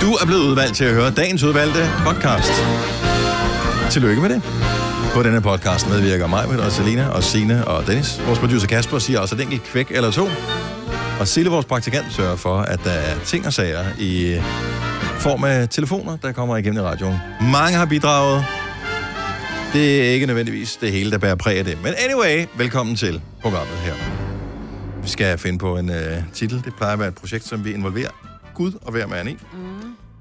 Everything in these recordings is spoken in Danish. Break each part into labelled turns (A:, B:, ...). A: Du er blevet udvalgt til at høre dagens udvalgte podcast. Tillykke med det. På denne podcast medvirker mig, og Selina, og Sine og Dennis. Vores producer Kasper siger også et enkelt kvæk eller to. Og Sille, vores praktikant, sørger for, at der er ting og sager i form af telefoner, der kommer igennem i radioen. Mange har bidraget. Det er ikke nødvendigvis det hele, der bærer præg af det. Men anyway, velkommen til programmet her. Vi skal finde på en øh, titel. Det plejer at være et projekt, som vi involverer Gud og hver mand i.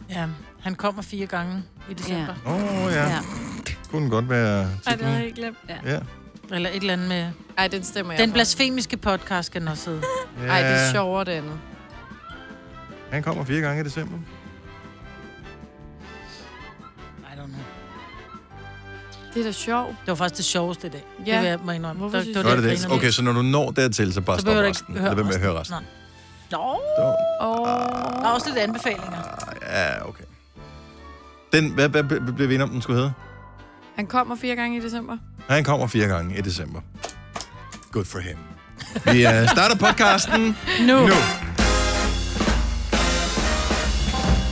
B: Ja, han kommer fire gange i december.
A: Åh oh, ja. ja.
C: Ja.
A: Kunne godt være titlen.
D: jeg glemt.
C: Ja.
A: Ja.
B: Ja. Eller et eller andet med...
D: Ej, den stemmer jeg
B: Den
D: for.
B: blasfemiske podcast skal den også hedde.
A: ja.
D: Ej, det er sjovere, det andet.
A: Han kommer fire gange i december.
B: I don't know.
D: Det er da sjovt.
B: Det var faktisk det sjoveste i dag. Ja.
D: Ja.
B: Det vil jeg må indrømme.
D: Hvorfor
B: Det-
D: synes
B: det,
A: Nå,
B: var
A: er
B: det,
A: det
B: jeg
A: det.
B: griner
A: Okay,
B: mest.
A: så når du når dertil, så bare
B: Så
A: stop
B: behøver du
A: resten.
B: ikke
A: Eller
B: høre
A: hvad med at høre resten?
B: resten. Nå,
D: Åh,
B: der
D: Ah.
B: er også lidt anbefalinger.
A: Ja, okay. Den, hvad, hvad ble- blev vi enige om, den skulle hedde?
D: han kommer fire gange i december.
A: Han kommer fire gange i december. Good for him. Vi øh, starter podcasten
B: Nu.
A: nu.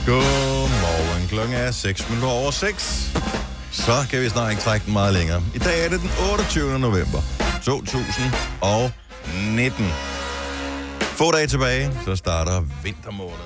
A: Godmorgen. Klokken er 6 minutter over 6. Så kan vi snart ikke trække den meget længere. I dag er det den 28. november 2019. Få dage tilbage, så starter vintermåneden.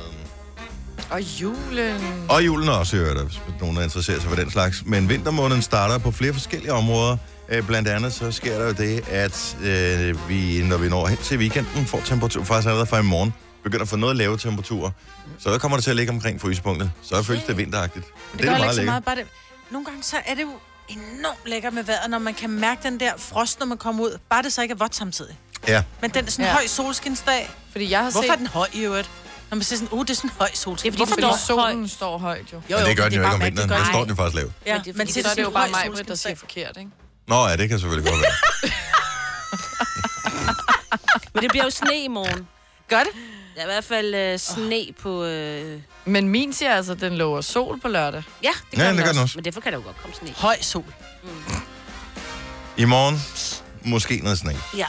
D: Og julen.
A: Og julen er også, hører hvis nogen er interesseret sig for den slags. Men vintermåneden starter på flere forskellige områder. Øh, Blandt andet så sker der jo det, at øh, vi, når vi når hen til weekenden, får temperatur, faktisk allerede fra i morgen, begynder at få noget lave temperaturer. Så der kommer det til at ligge omkring frysepunktet. Så føles det vinteragtigt. Men
B: Det, det gør
A: da
B: ikke så
A: lækkert.
B: meget, bare det. Nogle gange så er det jo enormt lækkert med vejret, når man kan mærke den der frost, når man kommer ud. Bare det så ikke er vådt samtidig.
A: Ja.
B: Men den er sådan en
D: Ja.
B: ja. høj solskinsdag.
D: Fordi jeg har
B: Hvorfor er
D: set...
B: den høj i øvrigt? Når man siger sådan, uh, det er sådan en høj solskin.
C: Det er fordi,
B: Hvorfor
C: den
D: Fordi
C: står
D: solen står højt, jo.
B: Jo,
A: Men det gør
B: men
A: den jo ikke om
B: bare mærkeligt,
A: vinteren.
B: det
A: Der
B: gør
A: står den faktisk lavt.
B: Ja,
C: Men det er
B: men
C: fordi,
B: til
D: Så er det jo bare mig,
B: der
D: der siger
B: siger.
D: forkert, ikke?
A: Nå ja, det kan selvfølgelig godt være.
C: Men det bliver jo sne i morgen.
B: Gør det?
C: Der er i hvert fald øh, sne på... Øh...
D: Men min siger altså, at den lover sol på lørdag.
C: Ja, det
A: Ja,
C: gør, ja,
A: det
C: den,
A: gør den
C: også.
A: også.
C: Men derfor kan der jo godt komme sne.
B: Høj sol.
A: I morgen, måske noget sne.
C: Ja,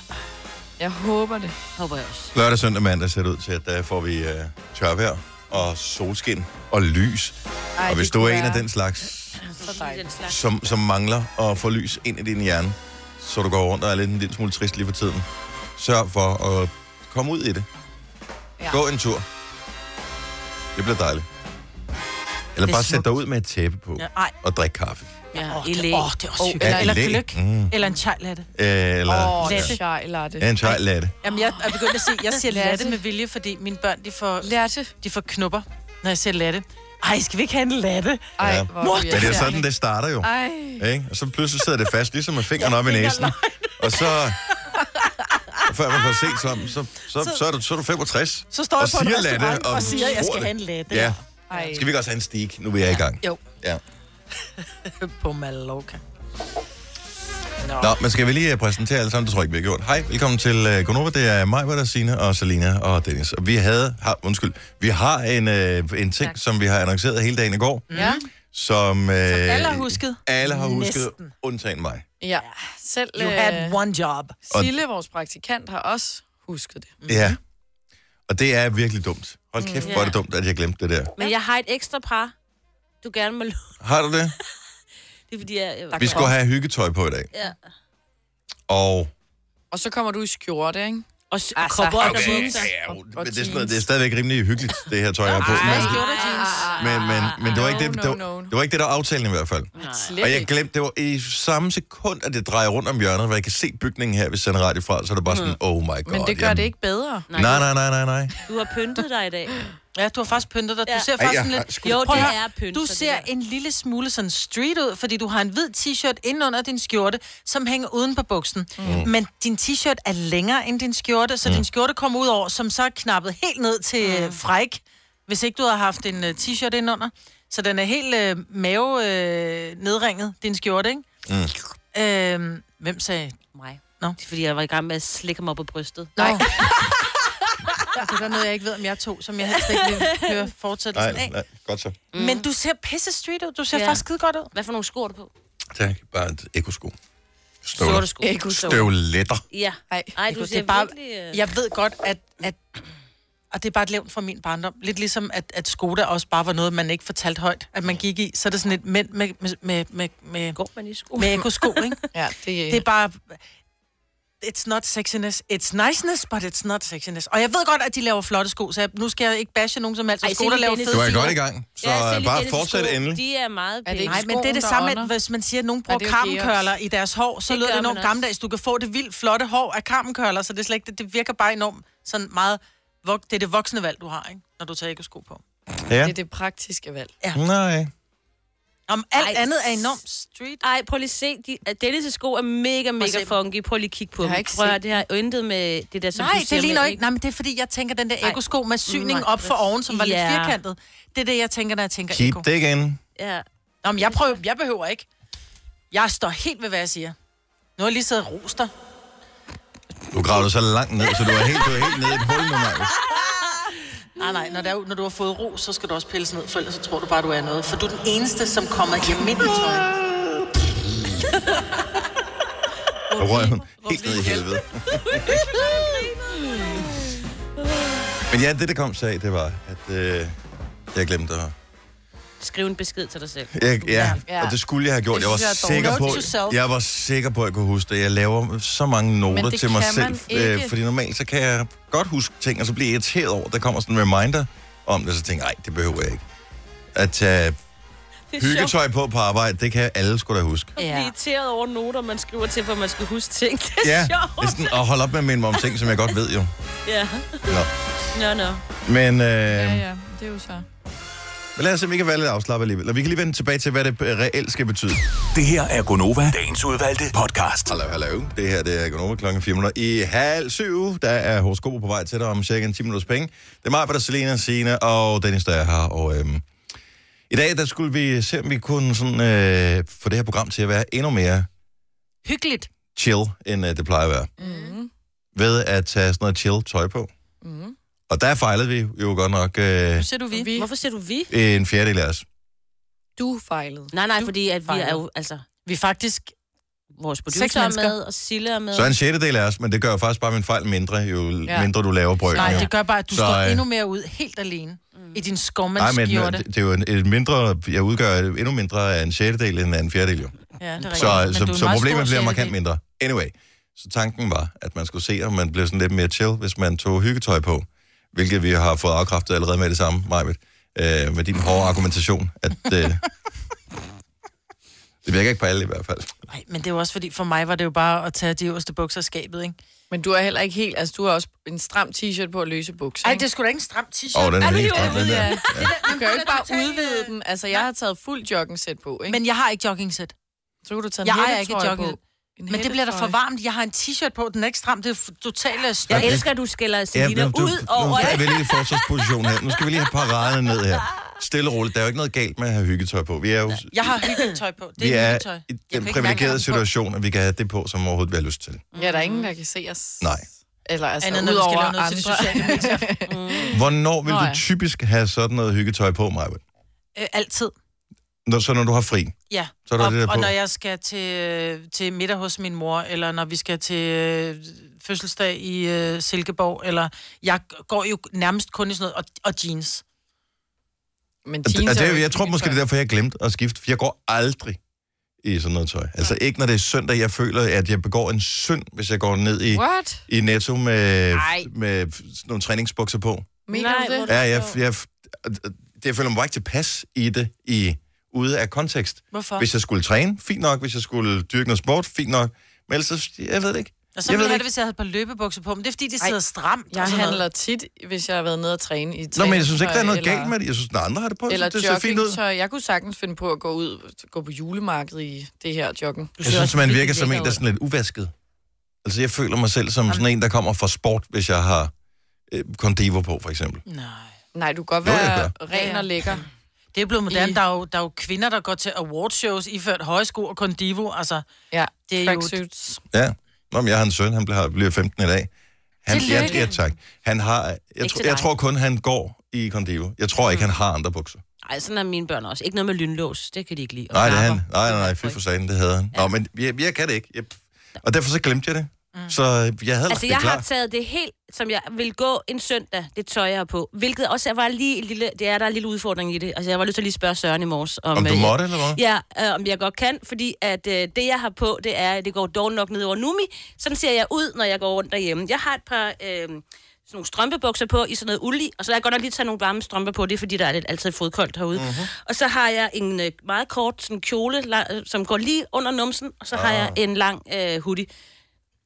D: Jeg håber det.
C: håber jeg også.
A: Lørdag, søndag, mandag ser det ud til, at der får vi øh, tørvejr og solskin og lys. Ej, og hvis du er en af den slags,
C: Så
D: dejligt.
C: dejligt. slags.
A: som, som mangler at få lys ind i din hjerne, så du går rundt og er lidt en lille smule trist lige for tiden. Sørg for at komme ud i det. Ja.
D: Ja.
A: Gå en tur. Det bliver dejligt. Eller
B: Det er
A: bare sæt
B: smukt.
A: dig ud med et tæppe på
B: Ja,
A: ja.
B: ej.
A: og drik kaffe.
C: Ja,
B: Åh,
C: i
B: det,
C: læ.
B: åh, det er også hyggeligt.
A: Ja,
B: eller
A: i læ.
B: gløk.
A: Mm.
B: Eller en chajlatte.
A: Øh, Eller
D: Åh,
A: oh,
D: oh,
B: Lasse.
D: sjej, Latte.
A: ja. en chai latte.
B: Jamen, jeg er begyndt at sige, jeg siger
D: Latte.
B: latte med vilje, fordi mine børn, de får,
D: Latte.
B: de får knupper, når jeg siger latte. Ej, skal vi ikke have en latte?
D: Ej,
A: Ja.
D: hvor
B: Mor,
D: er vi
A: Men det er
D: irriterende.
A: sådan, det starter jo.
D: Ej,
A: Ikke? Og så pludselig sidder det fast, ligesom med fingeren op i næsen. Og så... Og før man får set sådan, så, så, så, så, er, du, så er du 65.
B: Så står
A: Og
B: jeg på en
A: siger
B: restaurant
A: latte, og
B: og, siger, jeg
A: tror
B: skal
A: det.
B: have en latte.
A: Ja.
D: ej.
A: Skal vi ikke også have en stik? Nu er jeg i gang.
B: Jo,
A: Ja.
B: på Mallorca.
A: Nå, men skal vi lige øh, præsentere alle sammen? Det tror jeg ikke, vi har gjort. Hej, velkommen til øh, Gonova. Det er mig, hvor der Signe og Selina og Dennis. Og vi havde, har, undskyld, vi har en, øh, en ting,
C: Tak.
A: som vi har annonceret hele dagen i går,
D: Mm. Ja,
A: som... Øh,
B: alle har husket.
A: Alle har husket,
B: Næsten.
A: undtagen mig.
D: ja. Selv
B: You had
D: øh,
B: one job.
D: Sille, vores praktikant, har også husket det.
A: Ja. Og det er virkelig dumt. Hold kæft, hvor er det dumt, at jeg glemte det der.
C: Men jeg har et ekstra par, du gerne må låne.
A: Har du det?
C: Det er fordi, jeg... jeg
A: Vi skulle have hyggetøj på i dag.
C: Ja.
A: Og...
D: Og så kommer du i skjorte, ikke?
C: Og s- altså, kopper okay.
A: Okay, ja,
C: og bukser.
A: ja,
D: Og-
A: men
D: og
A: det, er sådan noget,
D: jeans.
A: det er stadigvæk rimelig hyggeligt, det her tøj, jeg har på.
C: Ej,
A: Men,
C: skjorte og jeans.
A: men, men, men det, var ikke det,
D: No,
A: det, var,
D: no, no.
A: det var ikke det, der var aftalen i hvert fald.
D: Slet
A: Og jeg
D: ikke.
A: glemte, det var i samme sekund, at det drejer rundt om hjørnet, hvor jeg kan se bygningen her, hvis jeg sender radio fra, så er det bare sådan, oh my god.
D: Men det gør det ikke bedre.
A: Nej, nej, nej, nej, nej.
C: Du har pyntet dig i dag.
B: Ja, du har faktisk pyntet dig. Du
C: Ja.
B: ser
A: Ej,
B: faktisk
A: jeg
B: sådan
A: har
B: lidt...
A: sgu da-
C: Jo,
B: Prøv at
C: det
B: høre,
C: er pyntet.
B: Du ser en lille smule sådan street ud, fordi du har en hvid t-shirt indenunder din skjorte, som hænger uden på buksen. Mm. Men din t-shirt er længere end din skjorte, så mm. din skjorte kommer ud over, som så er knappet helt ned til mm. fræk, hvis ikke du har haft en uh, t-shirt indenunder. Så den er helt uh, mave uh, nedringet, din skjorte, ikke? Mm. Øhm, hvem sagde...
C: Mig.
B: Nå.
C: Det er fordi, jeg var i gang med at slikke mig op på brystet.
B: Nej. Det er der noget, jeg ikke ved, om jeg tog, som jeg helst ikke vil høre fortsættelsen
A: Nej,
B: af.
A: nej, godt så.
B: Mm. Men du ser pisse street ud. Du ser
C: Ja.
B: ja. faktisk skide godt ud.
C: Hvad for nogle sko er du på?
A: Tak. Bare et ekosko.
C: Sorte
A: Støvler.
C: sko.
D: Ikke
A: Støvletter.
C: Ja.
B: Ej,
C: Ej,
B: det
C: du
B: er
C: ser
B: bare-
C: virkelig... øh,
B: Jeg ved godt, at, at Og det er bare et levn fra min barndom. Lidt ligesom, at, at Skoda også bare var noget, man ikke fortalte højt, at man gik i. Så er det sådan et mænd med, med, med, med, med,
C: Går man i sko?
B: med ekosko, ikke?
D: Ja, det,
B: Det er bare... It's not sexiness. It's niceness, but it's not sexiness. Og jeg ved godt, at de laver flotte sko, så jeg, nu skal jeg ikke bashe nogen som helst.
C: Ej,
B: Ej,
C: se
B: Skoda
C: lige
B: laver
C: Dennis'
A: Du
B: fede
A: var
C: sko.
A: godt i gang, så
C: Ja, se
A: ja,
C: lige
A: bare
C: Dennis'
A: fortsæt
C: sko.
A: endelig.
C: De er meget
D: Er det
C: pæne.
D: ikke
B: Nej, men det er det
D: skoen, der
B: samme, at
D: ånder.
B: hvis man siger, at nogen
D: det
B: bruger
D: er jo
B: karmenkørler i deres hår, så
C: Det
B: lyder
C: gør
B: det
C: man
B: enormt
C: også.
B: gammeldags. Du kan få det vildt flotte hår af karmenkørler, så det, er slet ikke, det, det virker bare enormt sådan meget... vok- Det er det voksne valg, du har, ikke? når du tager ikke sko på.
A: Ja.
D: det er det praktiske valg.
A: Nej.
B: Om alt
C: Ej.
B: Ej. andet er enormt street.
C: Ej, prøv lige at se. De, at Dennis' sko er mega,
B: se
C: mega
B: dem.
C: funky. Prøv lige at kigge på
D: Jeg har
C: dem.
D: ikke
C: Prøv at
D: set
C: høre, det har intet med det der, som
B: Nej,
C: du siger
B: det ligner
C: med,
B: ikke. Nej, men det er fordi, jeg tænker den der
C: Ej.
B: ekosko med syningen
C: Nej,
B: op for oven, som var lidt
C: ja.
B: firkantet. Det er det, jeg tænker, når jeg tænker
A: Keep
B: eko.
A: det igen.
C: Ja.
B: Nå, men jeg, prøver, jeg behøver ikke. Jeg står helt ved, hvad jeg siger. Nu har jeg lige siddet og roster.
A: Du gravede så langt ned, så du er helt, du er helt nede i et hul nu, Maja.
B: Nej, nej, når, der, er- når du har fået ro, så skal du også pilles ned, for ellers så tror du bare, du er noget. For du er den eneste, som kommer i almindeligt tøj.
A: Og røg hun helt ned i helvede. Men ja, det der kom sag, det var, at øh, jeg glemte at...
C: Skriv en besked til dig selv.
A: Jeg, ja,
D: Ja.
A: og det skulle jeg have gjort.
D: Det
A: Jeg var
D: synes jeg er
A: sikker
B: dårligt. Note to
A: på,
B: self.
A: jeg var sikker på, at jeg kunne huske det. Jeg laver så mange noter
D: det
A: til mig
D: kan
A: selv. øh,
D: man ikke.
A: fordi normalt så kan jeg godt huske ting, og så bliver jeg irriteret over, at der kommer sådan en reminder om det, så tænker jeg, nej, det behøver jeg ikke. At tage
C: Det er sjovt.
A: hyggetøj på på arbejde, det kan alle skulle da huske.
C: Ja.
B: Ja.
C: Blive irriteret over noter, man skriver til, for man skal huske ting. Det er
A: Ja, det
C: sjovt.
A: er sådan at holde op med at minde mig om ting, som jeg godt ved jo.
C: Ja.
A: Nå.
C: Nå, nå.
A: Men øh,
D: Ja,
A: ja,
D: ja, det er jo så.
A: ja. lad os se, om vi kan være lidt afslappet alligevel. Og vi kan lige vende tilbage til, hvad det øh, reelt skal betyde.
E: Det her er Gonova, dagens udvalgte podcast.
A: Hallo, hallo. Det her det er Gunova klokken 4 minutter i halv syv. Der er horoskoper på vej til dig om cirka en 10 minutters penge. Det er mig, der er Selena, Signe og Dennis, der er her. Og, øhm, I dag der skulle vi se, om vi kunne sådan, øh, få det her program til at være endnu mere
B: Hyggeligt.
A: chill, end øh, det plejer at være.
D: Mm.
A: Ved at tage sådan noget chill tøj på.
D: Mm.
A: Og der fejlede vi jo godt nok øh,
B: Nu ser du vi.
D: Vi,
C: Hvorfor siger du vi?
A: en fjerdedel af os.
D: du fejlede.
C: Nej, nej, fordi at vi
B: fejler.
C: er jo, altså,
B: Vi er faktisk...
C: vores
B: Seks
C: producer er
B: mennesker.
C: med, og Sille er med.
A: Så en sjettedel af os, men det gør jo faktisk bare min fejl mindre, jo ja.
D: Ja.
A: mindre du laver brød.
B: Nej,
A: jo.
B: det gør bare, at du
A: Så,
B: så, står
A: øh,
B: endnu mere ud helt alene mm. i
A: Nej,
B: din
A: men øh,
B: skovmandsskjorte.
A: det, det er jo en, et mindre, jeg udgør endnu mindre af en sjettedel end af en fjerdedel jo.
B: Ja, det er
A: Så,
B: rigtigt. Men
A: så,
B: du er
A: så
B: en meget
A: problemet
B: stor
A: bliver markant
B: sjæl.
A: mindre. Anyway, så tanken var, at man skulle se, om man blev sådan lidt mere chill, hvis man tog hyggetøj på, hvilket vi har fået afkræftet allerede med det samme, Majbet, øh, med din hårde argumentation, at øh, det virker ikke på alle i hvert fald.
B: Nej, men det er jo også fordi, for mig var det jo bare at tage de øverste bukser af skabet, ikke?
D: Men du er heller ikke helt... Altså, du har også en stram t-shirt på og løse bukser.
B: Ej,
D: ikke?
B: det er sgu da ikke en stram t-shirt.
A: Åh, oh, den er
B: det
A: helt
B: jo?
A: stram, den der.
D: Ja. Du kan jo ikke bare
B: Total, øh,
D: udvide den. Altså, jeg har taget fuld joggingsæt på, ikke?
B: Men jeg har ikke joggingsæt.
D: så kan du tage en
B: jeg ejer
D: hættetrøje
B: ikke jogging.
D: på. En
B: Men det bliver da for
D: hættetrøje.
B: varmt. Jeg har en t-shirt på, den er ikke stram. Det er f- totalt øh,
C: Jeg
B: stort.
A: det-
C: elsker, at du skiller
A: Ja,
C: Selina
A: nu, du,
C: ud
A: nu
C: over
A: er
C: det.
A: vi lige i forsvarsposition her. Nu skal vi lige have paraderne ned her. Stille og roligt. Der er jo ikke noget galt med at have hyggetøj på. Vi er jo
B: Jeg har hyggetøj på. Det
A: vi
B: er
A: er
B: hyggetøj.
A: i
B: Jeg
A: den
B: kan ikke
A: privilegerede
B: mærke, jeg har den på.
A: situation, at vi kan have det på, som overhovedet vi har lyst til.
D: Ja, der er ingen, der kan se os.
A: Nej.
D: Eller altså,
B: Mm. Andet, når vi skal lave
D: udover
B: noget til de
D: andre.
B: sociale medier.
A: Hvornår vil
D: Nå
A: du
D: ja.
A: typisk have sådan noget hyggetøj på, Maja?
B: Øh, altid.
A: Når, så når du har fri.
B: Ja,
A: Så er der
B: og,
A: det der
B: og
A: på.
B: når jeg skal til, øh, til middag hos min mor, eller når vi skal til øh, fødselsdag i øh, Silkeborg, eller jeg går jo nærmest kun i sådan noget, og, og jeans.
D: Men
A: Og det- og
D: jeans er jo
A: det,
D: ikke
A: jeg tror måske, det er derfor, jeg glemte at skifte, for jeg går aldrig i sådan noget tøj. Altså ikke, når det er søndag. Jeg føler, at jeg begår en synd, hvis jeg går ned i,
D: What?
A: i Netto med,
C: Ej.
A: med sådan nogle træningsbukser på.
D: Mener
C: Nej,
D: du
C: hvor-
D: det?
A: Ja, jeg, jeg, det, jeg føler mig bare ikke tilpas i det, i, ude af kontekst.
B: Hvorfor?
A: Hvis jeg skulle træne, fint nok. Hvis jeg skulle dyrke noget sport, fint nok. Men ellers, så- jeg ved det ikke.
B: og så
A: jeg
B: ville
A: ved
B: jeg have
A: ikke.
B: det, hvis jeg havde et par løbebukser på, men det er fordi, de
D: Ej,
B: sidder stramt. og
D: Jeg
B: sådan noget.
D: handler tit, hvis jeg har været nede og træne i
A: Nå, men jeg synes ikke, der er noget
D: træningstøj,
A: galt med det. Jeg synes, at andre har det på. Jeg
D: Eller
A: synes, det ser fint ud.
D: joggingtøj. Jeg kunne sagtens finde på at gå ud gå på julemarkedet i det her joggen.
C: Du
A: Jeg
C: ser
A: synes,
C: også
A: man
C: virkelig
A: virker som en,
C: lækker
A: der er
C: ud.
A: sådan lidt uvasket. Altså, jeg føler mig selv som sådan en, der kommer fra sport, hvis jeg har øh, Condivo på, for eksempel.
C: Mm.
B: Nej.
D: Nej, du kan godt
A: Jo, jeg
D: være ren og lækker.
B: Det er blevet moderne.
D: I-
B: Der, er jo, der er jo kvinder, der går til awardshows iført højsko og kondivo. Altså,
D: Ja,
B: Det er jo-
D: tracksuits.
A: Ja. Nå, men jeg har en søn, han bliver, bliver 15 i dag. Han,
B: Tillykke.
A: ja, ja, tak. Han har, jeg, tro, jeg
C: til dig. Mm.
A: tror kun, han går i Condivo. Jeg tror ikke, han har andre bukser.
C: Ej, sådan er mine børn også. Ikke noget med lynlås. Det kan de ikke lide. Og
A: Nej, det er han.
C: knapper.
A: Nej, nej, nej, fy for satan, det havde han. Nå, men jeg, jeg kan det ikke. Jeg, og derfor så glemte jeg det. Mm. Så jeg havde
C: Altså,
A: altså,
C: jeg
A: det klar.
C: har taget det helt, som jeg vil gå en søndag, det tøj, jeg har på. Hvilket også var lige en lille, det er, der er en lille udfordring i det. Altså, jeg var nødt til at lige spørge Søren i morges.
A: Om du
C: øh,
A: måtte, eller hvad?
C: Ja, øh, om jeg godt kan, fordi at øh, det, jeg har på, det er, det går dårligt nok ned over Numi. Sådan ser jeg ud, når jeg går rundt derhjemme. Jeg har et par øh, sådan nogle strømpebukser på i sådan noget uld i, og så har jeg godt nok lige taget nogle varme strømper på, det er fordi, der er lidt altid fodkoldt herude.
A: Mhm.
C: Mm-hmm. Og så har jeg en øh, meget kort sådan kjole, la- øh, som går lige under numsen, og så har jeg en lang øh, hoodie.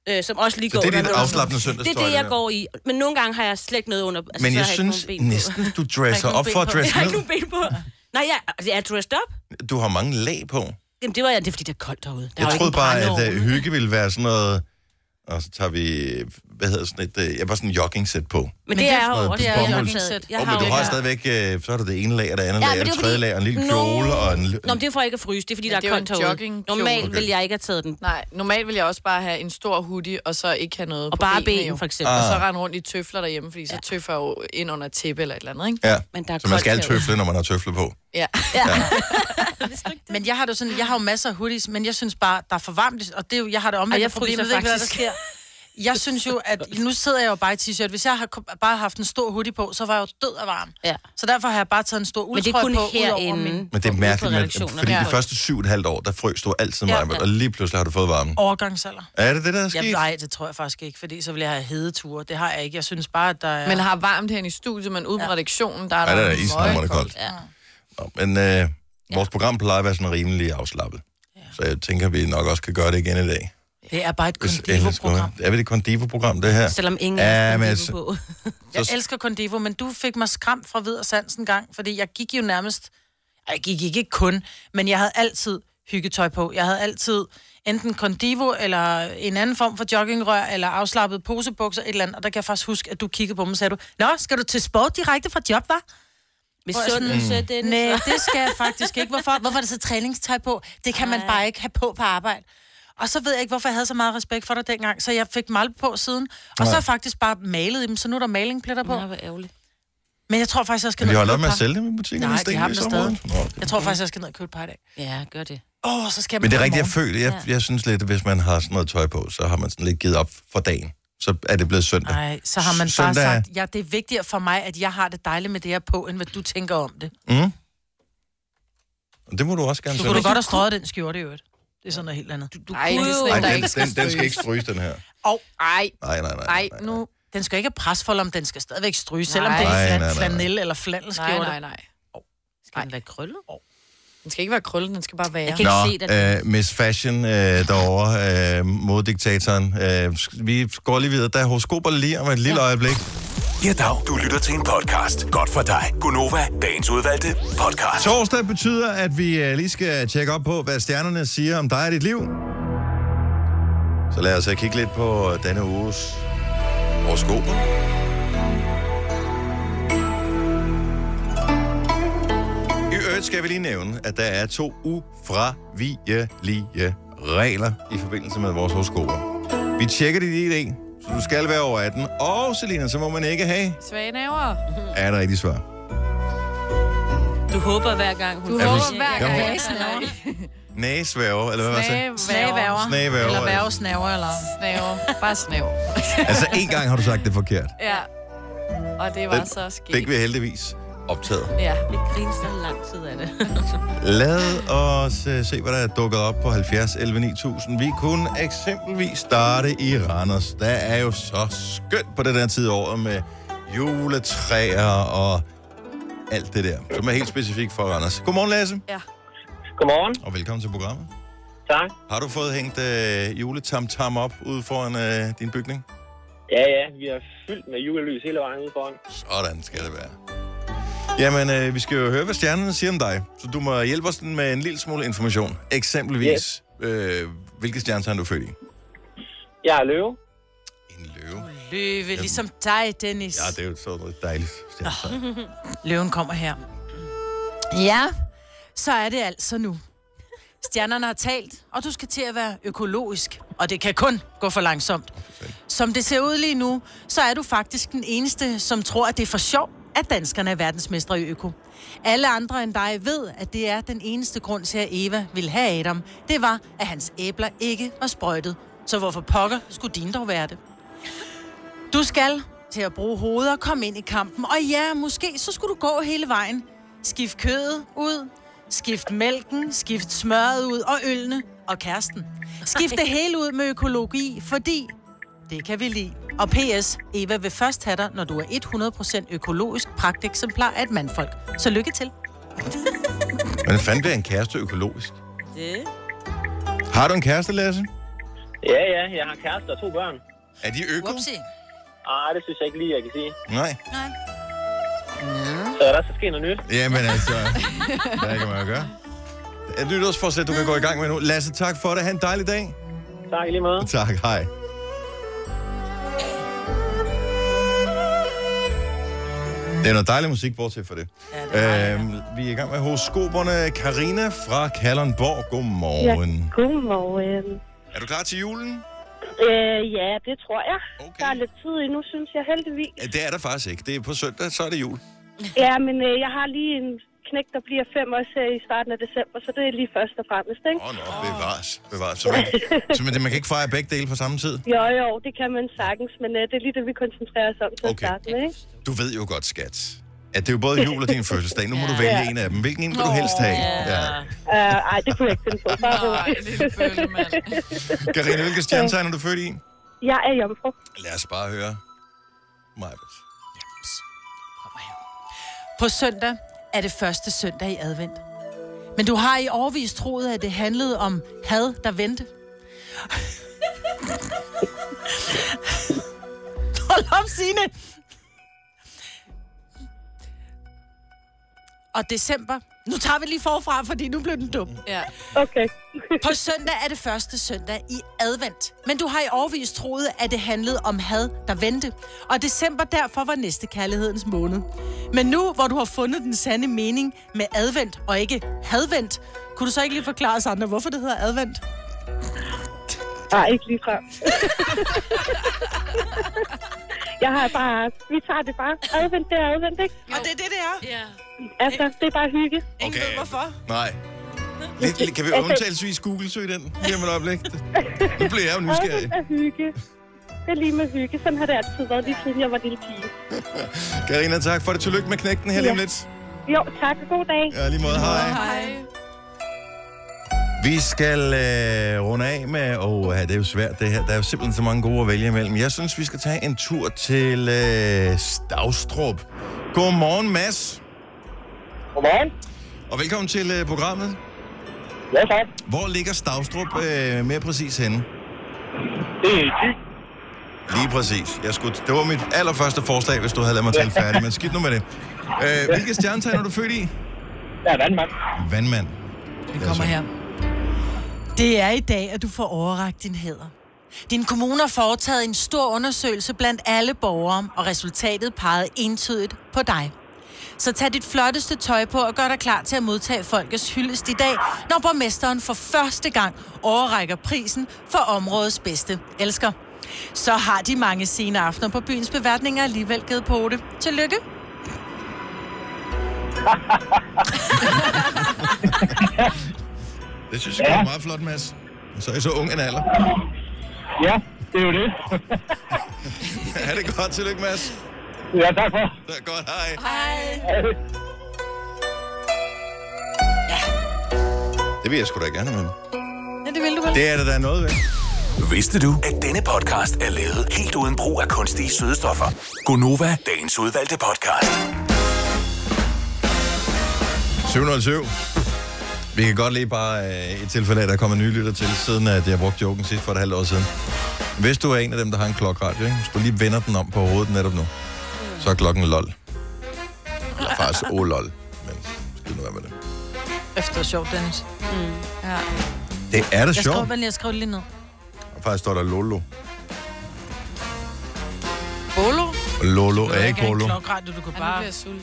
C: Øh, som også lige
A: Ah. Så
C: går
A: det er
C: under
A: dit
C: numsen.
A: afslappende
C: Det
A: søndagstøj,
C: er det,
A: det
C: jeg
A: der.
C: går i. Men nogle gange har jeg slet ikke noget under. Altså,
A: Men
C: så
A: jeg
C: har
A: synes
C: ikke nogen ben på.
A: næsten, du dresser
B: nogen
A: op
B: ben
A: for at
B: på.
A: dresse
C: Jeg har
A: ned.
C: ikke nogen ben på. Nej, jeg, altså, jeg er dressed up.
A: Du har mange lag på.
C: Jamen, det var jeg, det er fordi, det er koldt derude.
A: Jeg
C: Der er jo ikke
A: troede
C: en
A: bare,
C: brændeovn.
A: at uh, hygge ville være sådan noget... Og så tager vi, øh, hvad hedder sådan et, øh, jeg var sådan en jogging-sæt på. Åh,
C: Men det er
A: sådan
C: jo
A: noget
C: også,
A: bomuld.
C: jeg optaget. Jeg
A: men
C: jo
A: du har
C: ikke-
A: stadigvæk, øh, så er der det ene lag, og det andet
C: Ja,
A: lag,
C: men
A: og
C: det
A: det
C: er jo
A: tredje
C: fordi-
A: lag, og en lille
C: Nå.
A: kjole, og en...
C: Nå, men det er for ikke at fryse, det er fordi, der
D: det
C: er
D: er jo
C: koldt
D: en
C: herude.
D: joggingkjole.
C: Normalt
A: Okay.
C: ville jeg ikke have taget den.
D: Nej, normalt vil jeg også bare have en stor hoodie, og så ikke have noget
C: Og
D: på
C: bare
D: benene,
C: ben,
D: jo.
C: for eksempel.
D: Og
A: Ah.
D: så rende rundt i tøfler derhjemme, fordi så tøffer jeg jo ind under et tæppe eller et eller andet, ikke?
A: Ja,
C: Men der er
A: så man skal
C: koldt herude.
A: tøfle, når man har tøfle på.
D: Ja.
B: Men jeg har, det jo sådan, jeg har jo masser af hoodies, men jeg synes bare, der er for varmt, og det er jo, jeg har det
C: Ej,
B: omvendt
C: jeg
B: problem.
C: fryser
B: Jeg ved ikke, hvad der
C: faktisk.
B: sker. Jeg synes jo, at nu sidder jeg jo bare i t-shirt. Hvis jeg har kom- bare haft en stor hoodie på, så var jeg jo død og varm.
C: Ja.
B: Så derfor har jeg bare taget en stor
C: Men det er
B: uldtrøj på,
C: kun
B: udover
C: herinde.
B: min
A: Men det er
C: Ude på
A: mærkeligt, med,
C: redaktionerne.
A: fordi
C: Ja.
A: de første syv og et halvt år, der frøs du altid
C: Ja,
A: meget, ja,
C: ja.
A: og lige pludselig har du fået varmen.
B: overgangsalder.
A: Er det det, der er sket?
B: Jeg, nej, det tror jeg faktisk ikke, fordi så vil jeg have hedeture. Det har jeg ikke. Jeg synes bare, at der er...
D: Man har varmt herinde i studiet, men ude på redaktionen, der er
A: Ej, der er ishammerende
D: møgkoldt.
A: koldt. Nå, men øh, vores program plejer at være sådan rimelig afslappet. Så jeg tænker, vi nok også kan gøre det igen i dag.
B: det er bare et
A: Hvis ellers skulle-
B: kondivo-program.
A: Er vi det kondivo-program, det her?
C: Selvom ingen
A: Ja,
C: er
A: men
C: ja,
A: altså-
C: på.
B: Jeg elsker kondivo, men du fik mig skræmt fra vid og sans en gang, fordi jeg gik jo nærmest... Ej, Jeg gik ikke kun, men jeg havde altid hyggetøj på. Jeg havde altid enten kondivo eller en anden form for joggingrør eller afslappet posebukser, et eller andet. Og der kan jeg faktisk huske, at du kiggede på mig og sagde du, Nå, skal du til sport direkte fra job, hva'?
C: Med sundelse, det
B: Nej, det skal jeg faktisk ikke. Hvorfor, hvorfor er der så træningstøj på? Det kan man bare ikke have på på arbejde. Og så ved jeg ikke, hvorfor jeg havde så meget respekt for dig dengang, så jeg fik mal på siden. Og så har jeg faktisk bare malet i dem, så nu er der malingpletter på.
C: Nå, hvor ærgerligt.
B: Men jeg tror faktisk, jeg skal
A: Kan vi
B: ned og
A: holde op
B: købe
A: med at
B: et par.
A: sælge dem i butikken?
B: Nej,
A: hvis det
B: de
A: ikke
B: har
A: er
B: dem der
A: sommerhus?
B: stadig.
A: Nå, okay.
B: Jeg tror faktisk, jeg skal ned og købe et par i dag.
C: Ja, gør det.
B: Åh, oh, så skal jeg
A: Men det er
B: med
A: rigtigt,
B: i
A: jeg
B: morgen.
A: føler, jeg, jeg synes lidt, at hvis man har sådan noget tøj på, så har man sådan lidt givet op for dagen. Så er det blevet søndag.
B: Nej, så har man bare
A: Søndag er-
B: sagt, ja, det er vigtigere for mig, at jeg har det dejligt med det her på, end hvad du tænker om det.
A: Og Det må du også gerne
B: Du
A: selv-
B: kunne da godt have strøget den skjorte i øvrigt. Det er sådan noget helt andet. Du, du,
D: Ej, det er sådan
A: Ej,
D: en, der
A: den,
D: ikke skal
A: den, den skal ikke
D: stryges.
A: stryges, den her.
B: og,
D: Ej,
A: Nej, nej, nej.
D: ej, nu.
B: den skal ikke have presfold om, den skal stadigvæk stryge, selvom
D: Nej.
B: det er en
A: Nej,
B: flan,
A: nej, nej, nej.
B: flanelle eller
D: Nej,
B: flandelskjorte.
D: nej, nej.
C: Skal den være krøllet?
D: Den skal ikke være krøllet, den skal bare være.
C: Jeg
D: Jeg
C: kan-
D: kan...
A: Nå,
C: se
A: øh, Miss Fashion øh, derovre, øh, moddiktatoren. Øh, sk- vi går lige videre. Der er horoskoper lige om et lille øjeblik.
E: Ja, dag. Du lytter til en podcast. Godt for dig. Gunova, dagens udvalgte podcast.
A: Torsdag betyder, at vi øh, lige skal tjekke op på, hvad stjernerne siger om dig og dit liv. Så lad os øh, kigge lidt på øh, denne uges horoskoper. I øvrigt skal vi lige nævne, at der er to ufravigelige regler i forbindelse med vores horoskoper. Vi tjekker dit ID, så du skal være over 18. Og Selina, så må man ikke have,
D: Svage naver.
A: er det rigtige svar.
C: Du håber hver gang, hun...
D: Du
A: Er
D: håber
A: du-
D: hver
A: Ja,
D: gang.
A: hun- Næsværge, eller hvad var det? jeg sagde?
D: Snaver.
A: Snævæver.
B: Eller værvesnaver, eller...
D: Snaver. Bare snaver.
A: Altså, en gang har du sagt det forkert.
D: Ja. Og det var
A: Den
D: så skidt.
A: Fik vi heldigvis optaget.
D: Ja.
C: Vi griner så lang tid af det.
A: Lad os øh, se, hvad der er dukket op på 70 11 9000. Vi kunne eksempelvis starte i Randers. Der er jo så skønt på den her tid af året med juletræer og alt det der, som er helt specifikt for Randers. Godmorgen, Lasse,
F: Godmorgen.
A: og velkommen til programmet.
F: Tak.
A: Har du fået hængt øh, juletamtam op ude foran øh, din bygning?
F: Ja, ja, vi er fyldt med julelys hele vejen ude foran.
A: Sådan skal det være. Jamen, øh, vi skal jo høre, hvad stjernerne siger om dig. Så du må hjælpe os med en lille smule information. Eksempelvis, øh, hvilke stjernetegn du er født i.
F: Jeg er løve.
A: En løve.
B: Løve, ligesom dig, Dennis.
A: Ja, det er jo sådan noget dejligt stjernetegn.
B: Løven kommer her. Ja, så er det altså nu. Stjernerne har talt, og du skal til at være økologisk. Og det kan kun gå for langsomt. Som det ser ud lige nu, så er du faktisk den eneste, som tror, at det er for sjov, at danskerne er verdensmestre i øko. Alle andre end dig ved, at det er den eneste grund til, at Eva ville have Adam. Det var, at hans æbler ikke var sprøjtet Så hvorfor pokker skulle din dog være det? Du skal til at bruge hovedet og komme ind i kampen. Og ja, måske så skulle du gå hele vejen. Skift kødet ud, skift mælken, skift smøret ud og ølene og kæresten. Skift det hele ud med økologi, fordi det kan vi lide. Og PS, Eva vil først have dig, når du er 100% økologisk pragteksemplar af et mandfolk. Så lykke til.
A: Hvordan fanden bliver en kæreste økologisk?
C: Det.
A: Har du en kæreste, Lasse?
F: Ja, ja, jeg har kæreste og to børn.
A: Er de øko?
B: Whoopsie.
F: Ah, det synes jeg ikke lige, jeg kan sige.
A: Nej.
B: Nej.
F: Så er der så sker noget nyt.
A: Jamen altså, hvad kan man jo gøre? Et nytårsforsæt, du kan gå i gang med nu. Lasse, tak for det. Ha' en dejlig dag.
F: Tak i lige måde.
A: Tak, hej. Det er noget dejlig musik, bortset for det. Ja, det øhm, vi er i gang med horoskoperne. Karina fra Kalundborg. Godmorgen. Ja.
G: Godmorgen.
A: Er du klar til julen?
G: øhm, Øh, ja, det tror jeg.
A: Okay.
G: Der er lidt tid endnu, synes jeg heldigvis.
A: Ja, Det er der faktisk ikke. Det er på søndag, så er det jul.
G: Ja, men øh, jeg har lige en knæk, der bliver fem år her i starten af december, så det er lige først og fremmest, ikke?
A: Åh, oh, nå, bevares. bevares. Så, man, så man, man kan ikke fejre begge dele på samme tid.
G: Jo, jo, det kan man sagtens, men øh, det er lige det, vi koncentrerer os om til at
A: Okay.
G: starte med, ikke?
A: Du ved jo godt, skat, at det er jo både jul og din fødselsdag. Nu må du vælge en af dem. Hvilken en vil du helst have? Ja.
G: Øh, ej, det kunne jeg ikke finde på. Bare
D: Nej,
G: rolig.
D: lille bøllemand.
A: Karina, hvilke stjernetegn er du født i?
G: jeg er jomfru.
A: Lad os bare høre. Majbert.
B: På søndag er det første søndag i advent. Men du har i årvis troet, at det handlede om had, der vendte. Hold op, Signe! Og december. Nu tager vi lige forfra, fordi nu blev den dum.
D: Ja.
G: Okay.
B: På søndag er det første søndag i advent. Men du har i årvis troet, at det handlede om had, der vendte. Og december derfor var næste kærlighedens måned. Men nu, hvor du har fundet den sande mening med advent og ikke hadvent, kunne du så ikke lige forklare os andre, hvorfor det hedder advent?
G: Nej, ikke lige frem. jeg har bare... Vi tager det bare. Advent, det er advent, ikke?
B: Og det er det, det er.
D: ja.
G: Altså, det er bare hygge.
B: Ingen ved hvorfor.
A: Nej. Lidt, lidt- kan vi undtagelsesvis google-søge den lige om et øjeblik? Nu bliver jeg jo nysgerrig.
G: Advent er hygge. Det er lige med hygge. Sådan har det altid været, lige siden jeg var lille pige.
A: Karina, tak for det. Tillykke med knægten her lige om lidt.
G: Jo, tak og god dag.
A: Ja, lige måde. Hej.
D: Hej.
A: Vi skal øh, runde af med, og øh, det er jo svært det her. Der er jo simpelthen så mange gode at vælge imellem. Jeg synes, vi skal tage en tur til øh, Stavstrup. Godmorgen, Mads.
F: Godmorgen.
A: Og velkommen til øh, programmet.
F: Ja, tak.
A: Hvor ligger Stavstrup øh, mere præcis henne?
F: Det er Thy.
A: Lige præcis. Jeg skulle, det var mit allerførste forslag, hvis du havde ladet mig tale færdig, men skidt nu med det. Øh, hvilke stjernetegn er du født i?
F: Der er Danmark.
A: Vandmand.
D: Vi kommer her.
B: Det er i dag, at du får overragt din hæder. Din kommune har foretaget en stor undersøgelse blandt alle borgere, og resultatet pegede entydigt på dig. Så tag dit flotteste tøj på og gør dig klar til at modtage folkets hyldest i dag, når borgmesteren for første gang overrækker prisen for områdets bedste elsker. Så har de mange sene aftener på byens beværtninger alligevel givet på det. Tillykke!
A: Det synes jeg ja. er meget flot, Mads. Så er I så ung en alder.
F: Ja, det er jo det.
A: ha' det godt. Tillykke, Mads.
F: ja, tak for.
A: Det er godt. Hej. Det vil jeg sgu da gerne med.
B: Ja, det vil du vel?
A: Det er det, der er noget ved.
E: Vidste du, at denne podcast er lavet helt uden brug af kunstige sødestoffer? Gonova, dagens udvalgte podcast.
A: 707. Vi kan godt lige bare øh, et tilfælde af, at der kommer nye lytter til, siden at jeg brugte joken sidst for et halvt år siden. Hvis du er en af dem, der har en klokradio, ikke? hvis du lige vender den om på hovedet netop nu, så er klokken lol. Eller faktisk oh lol. Men skal nu være med det.
B: Efter sjovt, Dennis.
A: Det er da
B: Jeg skriver,
A: sjovt.
B: hvad jeg skriver det lige ned.
A: Og faktisk står der Lolo.
B: Bolo?
A: Lolo er ikke
B: ikke
A: Lolo.
B: en klokradio, du kan
D: Ja, nu bliver
B: bare,
D: jeg sulten.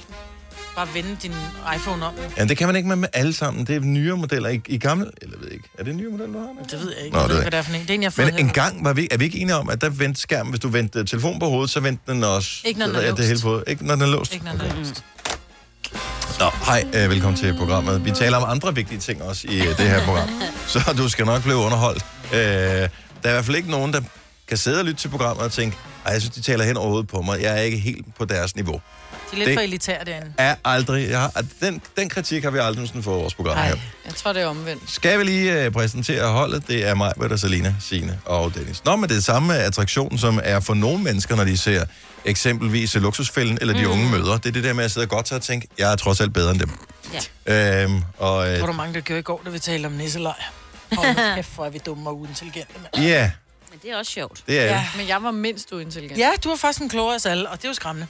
B: bare vende din iPhone om.
A: Ja, det kan man ikke med, med alle sammen. Det er nyere modeller. I, I gamle, eller jeg ved ikke. Er det nye modeller, du har? Det
B: Det ved jeg ikke.
A: Nå,
B: Nå,
A: det ved
B: jeg ved ikke, hvad det er for en. Det er en, jeg har fået
A: Men en
B: her.
A: gang var vi, er vi ikke enige om, at der vendte skærmen, hvis du vendte øh, telefonen på hovedet, så vendte den også. øh,
B: Ikke, når den er
A: Ja, Det
B: låst.
A: hele på. Ikke når den er låst.
B: Ikke noget andet.
A: Nå, hej, øh, velkommen til programmet. Vi taler om andre vigtige ting også i øh, det her program, så du skal nok blive underholdt. Øh, Der er i hvert fald ikke nogen, der kan sidde og lytte til programmet og tænke, ej, jeg synes, de taler hen over hovedet på mig. Jeg er ikke helt på deres niveau.
B: De er
A: Det-
B: lidt det... for elitære derinde.
A: Er aldrig... Jeg har, den, den kritik har vi aldrig nogensinde fået i vores program her.
D: Nej, jeg tror, det er omvendt.
A: Skal vi lige øh, præsentere holdet? Det er mig, Britta, Selina, Signe og Dennis. Nå, men det er samme øh, attraktion, som er for nogle mennesker, når de ser eksempelvis øh, luksusfælden eller de unge møder. Det er det der med at sidde og godt sig og tænke, jeg er trods alt bedre end dem. Ja. Øhm, og øh,
B: Hvor du mange, der gjorde i går, da vi talte om nisselej. Hold nu kæft, hvor er vi dumme og uintelligente. mand.
A: ja,
C: Men det er også sjovt.
A: det er ja.
B: Ja.
D: Men jeg var mindst uintelligent.
B: Ja, du var faktisk en klogere af os alle, og det er jo skræmmende.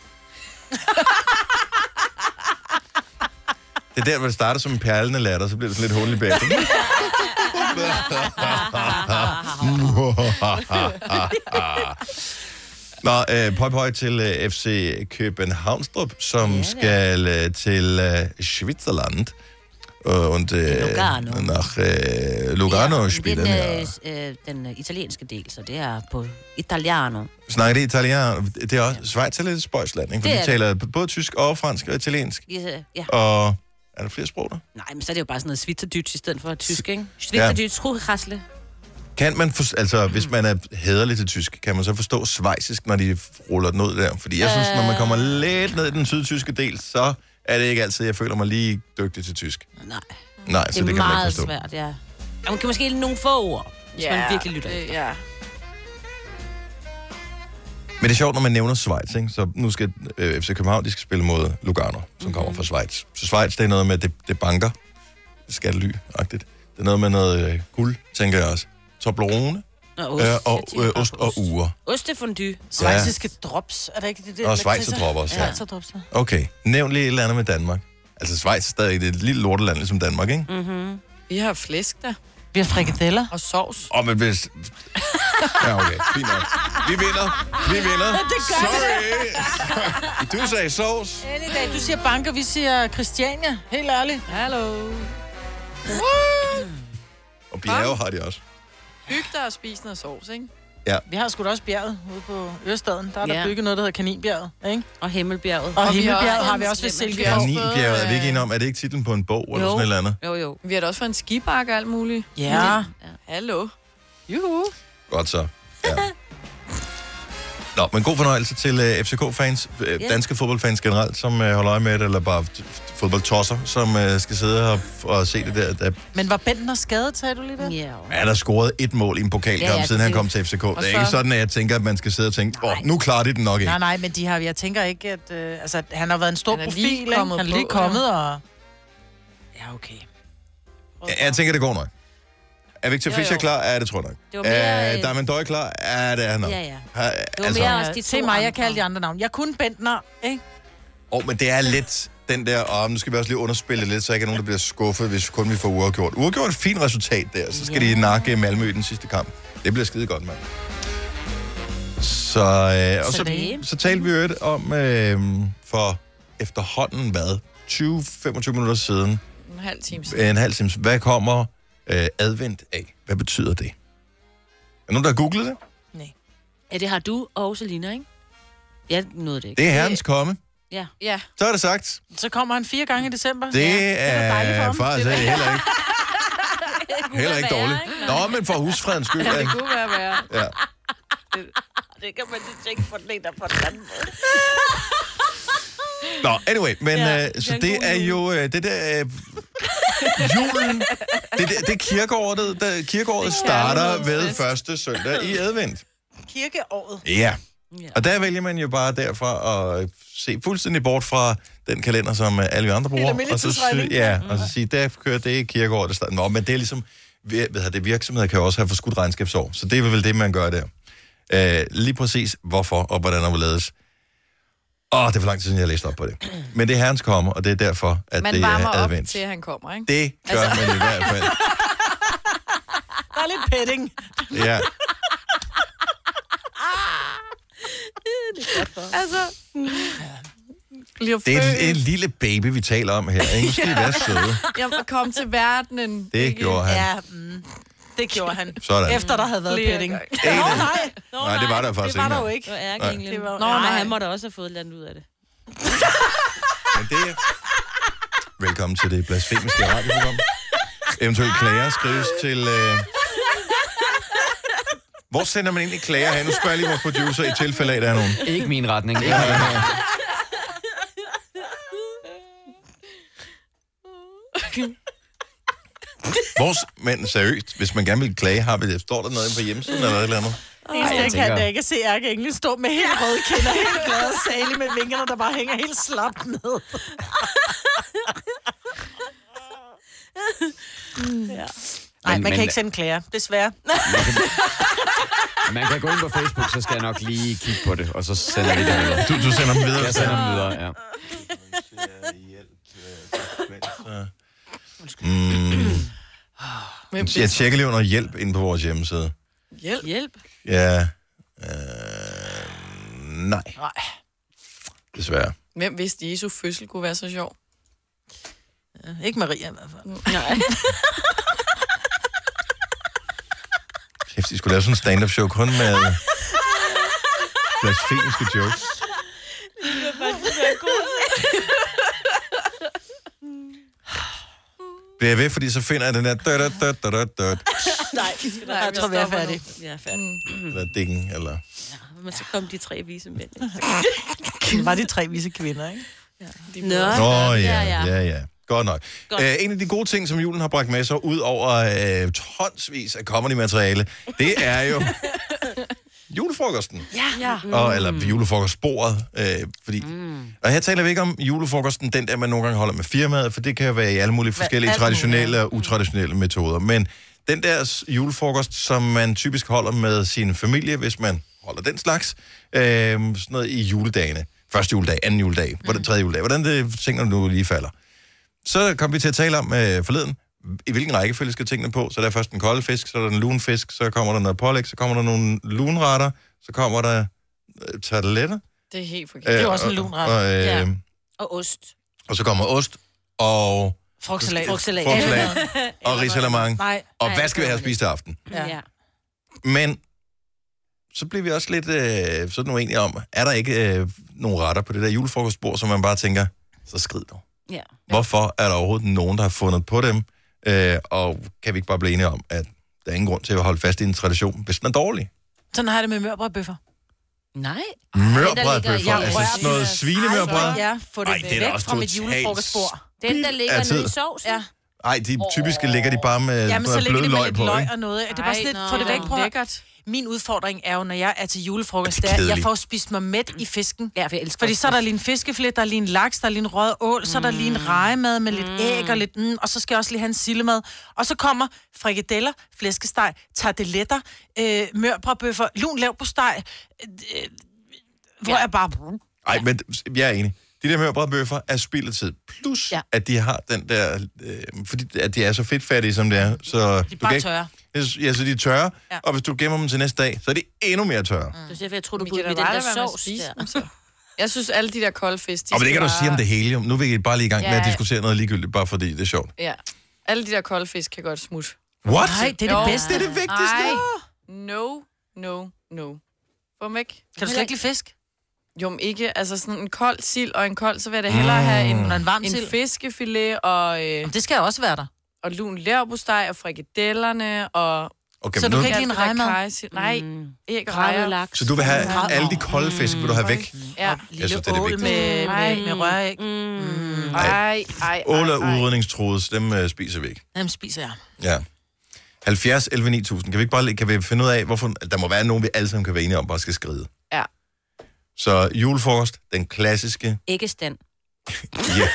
A: det er der, hvor det starter som en perlende latter, så bliver det sådan lidt hul i bagefter. Nå, øh, pøj pøj til øh, FC Københavnstrup, som ja, skal øh, til øh, Schwitzerland. Og, und, øh,
C: Lugano.
A: Nach øh, Lugano ja, spiller her.
C: den, øh, øh, den øh, italienske del, så det er på italiano.
A: Snakker det italiener? Det er også Schweiz er lidt et spøjsland, ikke? For
C: Det
A: de
C: er
A: taler både tysk og fransk og italiensk.
C: Ja, øh, ja.
A: Og er der flere sprog der?
C: Nej, men så er det jo bare sådan noget svitserdyt i stedet for tysk, ikke? Svitserdyt, skrukrasle.
A: Kan man, for, altså hvis man er hederlig til tysk, kan man så forstå svejsisk, når de ruller den ud der? Fordi jeg synes, når man kommer
C: Øh.
A: lidt ned i den sydtyske del, så er det ikke altid, jeg føler mig lige dygtig til tysk.
C: Nej,
A: Nej,
C: det
A: så
C: er
A: Altså, det kan man ikke
C: meget
A: forstå.
C: svært, ja. Og man kan måske nogle få ord, hvis man virkelig lytter
D: det-
C: efter.
D: Ja.
A: Men det er sjovt, når man nævner Schweiz, ikke? så nu skal øh, FC København, de skal spille mod Lugano, som mm-hmm.
C: Mhm.
A: kommer fra Schweiz. Så Schweiz, det er noget med, det, det banker, skattely-agtigt. Det er noget med noget øh, guld, tænker jeg også. Toblerone
C: Nå,
A: øh,
C: Jeg
A: og
C: tænker
A: øh,
C: bare på
A: ost og uger.
C: Ostefondue.
B: Svejsiske ja. drops, er det ikke det? der
A: Og
B: lakridser?
A: schweizerdrop også, ja.
B: ja. Schweizerdrops, ja.
A: Okay, nævn lige et eller andet med Danmark. Altså Schweiz er stadig det er et lille lorteland, ligesom Danmark, ikke? Mm.
D: Vi har flæsk der,
B: Vi har frikadeller.
D: og sovs.
A: Og men hvis... Ja, okay, fint nok. Vi vinder, vi vinder. Det gør Sorry. Du sagde sovs.
B: Heldig dag. Du siger banker, vi siger Christiania. Helt ærligt.
D: Hallo.
A: Og bjerge har de også.
D: Hyg dig og spis noget sovs, ikke?
B: Vi har sgu da også bjerget ude på Ørestaden. Der er der
C: Ja.
B: bygget noget, der hedder Kaninbjerget. Ikke?
C: Og Himmelbjerget.
B: Og, og
D: vi har
B: Himmelbjerget
D: også
B: har vi også ved
D: en slem-
B: Silkeborg.
D: Ja.
A: Kaninbjerget, er vi ikke enige om? Er det ikke titlen på en bog eller sådan et eller andet?
C: Jo, jo.
D: Vi har da også fået en skibakke og alt muligt.
B: Ja.
D: Hallo. Juhu.
A: Godt så. Ja. Nå, men god fornøjelse til uh, FCK-fans, uh, danske fodboldfans generelt, som uh, holder øje med det, eller bare f- f- fodboldtosser, som uh, skal sidde og, og se det der. Der
B: Men var Bentner skadet, sagde du lige der?
C: Ja.
A: er der scoret et mål i en pokalkamp, ja,
C: Ja,
A: ja,
C: ja,
A: siden han
C: det-
A: kom til FCK. Det er
D: så-
A: ikke sådan, at jeg tænker, at man skal sidde og tænke, åh, nu klarer de den nok ikke.
B: Nej, nej, men de har, jeg tænker ikke, at... Øh, altså, at han har været en stor
D: Han er
B: profil,
D: lige
B: ikke? Han
D: kommet
B: er lige
D: på,
B: kommet, og... Ja, okay.
A: Jeg, jeg tænker, det går nok. Er Victor
D: Jo,
A: Fischer
D: jo.
A: klar? Ja, det tror jeg nok.
C: Det var mere,
A: Er
C: øh,
A: Diamond Døj klar? Ja, det er han nok.
C: Ja, ja.
A: Ha,
C: var
A: altså,
C: mere-
A: mere...
C: også de
B: Se
C: to
B: mig, jeg
C: andre.
B: kalder de andre navn. Jeg kunne Bentner, ikke?
A: oh, men det er lidt den der, og nu skal vi også lige underspille det lidt, så ikke er nogen, der bliver skuffet, hvis kun vi får uafgjort. Uafgjort er et fint resultat der, så skal yeah. de nakke Malmø i den sidste kamp. Det bliver skide godt, mand. Så, øh, og så,
C: Så
A: så,
C: det-
A: så talte vi jo et om øh, for efterhånden, hvad, 20-25 minutter siden,
D: En halv time siden.
A: en halv time. Hvad kommer øh, advent af? Hvad betyder det? Er nogen, der har googlet det?
B: Nej.
C: Ja, det har du og Selina, ikke? Jeg nåede det ikke.
A: Det er herrens komme.
C: Ja.
D: Ja,
A: Så er det sagt.
B: Så kommer han fire gange i december.
A: Det
B: Ja, da dejligt for
A: er
B: ham.
A: faktisk
B: Det er da-
A: heller ikke, heller ikke
C: være,
A: dårligt.
C: ikke?
A: Nå, men for husfredens skyld.
D: det
A: Ja.
D: kunne være værre.
A: Ja.
C: Det kan man lige tænke på den ene og på den anden måde.
A: Nå, anyway, men ja,
C: Ja,
A: øh, så
C: det er en
A: det
C: god
A: er
C: jul.
A: jo øh, det der... Øh, julen, det, det, det er kirkeåret, der, kirkeåret starter ved første søndag i advent.
B: Kirkeåret.
A: Ja.
C: Ja.
A: Og der vælger man jo bare derfra at se fuldstændig bort fra den kalender, som øh, alle vi andre bruger.
B: almindelig
A: Og så, sy-
B: tidsregning.
A: ja, og så sige, der kører det i kirkeåret. Der starter. Nå, men det er ligesom, ved, ved det, virksomheder kan jo også have forskudt regnskabsår, så det er vel det, man gør der. Øh, lige præcis hvorfor og hvordan og hvorledes. Åh, det er for lang tid siden, jeg læste op på det. Men det er herrens komme, og det er derfor, at
D: Man
A: det
D: varmer
A: er
D: op
A: advent.
D: til, at han kommer, ikke?
A: Det gør altså... man i hvert fald.
B: Der er lidt petting.
A: Ja.
D: Altså, bliver
A: Det er
B: Øh.
D: født.
A: en, en lille baby, vi taler om her. Ikke? Nu skal I være søde.
D: Jeg kom til verdenen.
A: Det gjorde han.
B: Ja, mm, det gjorde han.
A: Sådan.
B: Efter der havde været
D: Flere
B: petting.
D: gange.
B: Nå, nej.
A: Nej, det var der faktisk
B: Det var
A: ikke
B: der jo
A: engang.
C: Det var ærgerligt.
B: ikke. Det
C: Nå,
B: var-
C: nej.
D: nej.
C: han må da også have fået et eller andet ud af det.
A: Men det er... Velkommen til det blasfemiske radioprogram. Eventuelt klager skrives til... Øh... Hvor sender man egentlig klager hen? Nu spørger jeg lige vores producer i tilfælde af, at der er nogen.
H: Ikke min retning. Ikke min retning.
A: Vores, men seriøst, hvis man gerne vil klage, har vi det. Står der noget inde på hjemmesiden eller noget eller andet?
B: Eneste, jeg
H: tænker-
B: kan da ikke se Ærke Engel stå med helt røde kinder, helt glad og salig med vingerne, der bare hænger helt slapt ned. Nej,
H: Men-
B: man
H: men-
B: kan ikke sende klager, desværre.
H: Man kan gå ind på Facebook, så skal jeg nok lige kigge på det, og så sender vi det videre.
A: Du, du sender dem videre.
H: Jeg sender dem videre, ja.
A: Mm.
D: Hvem
A: Jeg tjekker lige under hjælp inde på vores hjemmeside.
D: Hjælp.
C: Hjælp.
A: Ja. Øh, nej.
D: Nej.
A: Desværre.
D: Hvem vidste, Jesu fødsel kunne være så sjov?
B: Ikke Maria i hvert fald.
D: Nej.
A: Kæft, de skulle lave sådan en stand-up show kun med blasfemiske jokes. Det er ved, fordi så finder jeg den der død, død, død, død, død, død,
C: Nej, vi skal
B: Jeg tror, vi er færdige.
C: Vi er færdige.
A: eller dingen, eller...
C: Men så kom de tre vise mænd. ikke?
B: Det var de tre vise kvinder, ikke?
C: Nå,
A: Nå ja,
C: ja.
A: ja, ja. Godt nok.
C: Godt.
A: Æ, en af de gode ting, som julen har bragt med sig, ud over øh, tonsvis af comedy-materiale, det er jo julefrokosten.
B: Ja. ja.
A: og, eller julefrokostbordet. Øh, fordi, mm. Og her taler vi ikke om julefrokosten, den der, man nogle gange holder med firmaet, for det kan jo være i alle mulige forskellige
B: alt
A: traditionelle og utraditionelle metoder. Men den der s- julefrokost, som man typisk holder med sin familie, hvis man holder den slags, øh, sådan noget i juledagene. Første juledag, anden juledag, mm. tredje juledag, hvordan det tingene nu lige falder. Så kom vi til at tale om øh, forleden, i hvilken rækkefølge skal tingene på. Så der er først en kold fisk, så er der en lun fisk, så kommer der noget pålæg, så kommer der nogle lunretter, så kommer der øh, tarteletter.
D: Det er helt forkert.
A: Det
B: er jo også en lun ret.
A: Og, øh,
C: Ja.
A: ja.
C: Og ost.
A: og så kommer ost og
B: Frugtsalat.
C: Frugtsalat.
A: frugtsalat og risalamang.
B: Nej.
A: Og
C: Nej,
A: hvad skal vi have at spise til aften?
B: Ja.
C: Ja.
A: Men så bliver vi også lidt øh, sådan uenige om, er der ikke øh, nogen retter på det der julefrokostbord, som man bare tænker, så skrid dog.
C: ja.
A: Hvorfor er der overhovedet nogen, der har fundet på dem? Øh, og kan vi ikke bare blive enige om, at der er ingen grund til at holde fast i en tradition, hvis den er dårlig?
B: Sådan har jeg det med mørbrødbøffer.
C: Nej.
A: Mørbrædbøffer,
C: ligger i-
A: altså sådan noget svinemørbrød.
B: Ja, få det,
A: Ej,
B: Ej,
A: det er
B: det
A: da
B: væk
A: også
B: fra mit
A: totalt
B: julefrokostbord.
C: Den, der ligger
A: af tid.
C: nede i sovsen.
B: Ja.
A: Ej, de typiske ligger de bare med sådan
B: Jamen, så
A: noget
B: ligger
A: bløde
B: det med
A: løg
B: lidt
A: på,
B: løg
A: ikke?
B: og noget. Det er bare
D: Ej,
B: sådan
D: nå,
B: lidt, få det væk,
D: nå.
B: prøv at-
D: Lækkert.
B: Min udfordring er jo, når jeg er til julefrokost,
A: det
B: det er, jeg
A: kedeligt?
B: får spist mig mæt i fisken.
C: Ja, for jeg elsker
B: Fordi
C: også
B: så er der lige en fiskeflet, der er lige en laks, der er lige en rød ål, så er der lige en rejemad med lidt æg og lidt, mm, og så skal jeg også lige have en sillemad. Og så kommer frikadeller, flæskesteg, tarteletter, øh, mørbrødbøffer, lun lav på steg, øh, øh, hvor jeg bare...
A: Ej, men jeg er enig. De der mørbrædbøffer er spild af tid. Plus,
C: Ja.
A: ja. at de har den der... Øh, fordi at de er så fedtfattige, som det er. Så de er
B: bare tørre.
A: Ja, så de er tørre.
B: Ja.
A: Ja. Og hvis du gemmer dem til næste dag, så er de endnu mere tørre. Mm.
C: Det er derfor, jeg tror, du
D: Vi
C: burde
D: kan
C: med
D: da
C: den
D: bare
C: der
D: lade være med at
C: sovs
D: spise
C: der.
D: dem, så. Jeg synes, alle de der kolde fisk, de
A: Og det
D: skal
A: kan du
D: bare-
A: sige, om det hele. jo. Nu er vi bare lige i gang ja. med
D: Ja.
A: at diskutere noget ligegyldigt, bare fordi det er sjovt.
D: Ja. Alle de der kolde fisk kan godt smutte.
A: What?
B: Nej, det er det
D: Jo.
B: bedste.
A: Det er det vigtigste.
D: Ej. No, no, no. Få dem væk.
B: Kan du slet ikke lide fisk?
A: Mm.
D: Jo, men ikke. Altså sådan en kold sild og en kold, så vil jeg da hellere have
A: Mm.
D: en,
B: Når en varm
D: en
B: sild.
D: fiskefilet og, øh,
B: Det skal også være der.
D: og lun lærbosteg og frikadellerne og...
A: Okay,
B: Så
A: men
B: du
A: nu,
B: kan ikke lide en Mm. rejemad?
D: Kajsild. Nej, ikke
C: Gravet
D: rejer.
C: laks.
A: så du vil have
B: Mm.
A: alle de kolde fisk, vil du have væk?
D: Ja.
A: Jeg synes, det er det
B: ål
A: vigtigste.
B: med, med, med røræg.
C: Mm.
D: Ej, ej, ej,
A: Ål er
D: ej.
A: udrydningstruet, så dem øh, spiser vi ikke.
B: Jamen, spiser jeg.
A: Ja. 70, 11, 9000. Kan vi ikke bare lige- kan vi finde ud af, hvorfor... Der må være nogen, vi alle sammen kan være enige om, bare skal skride.
D: Ja.
A: Så julefrokost, den klassiske.
C: Æggestand.
A: Ja.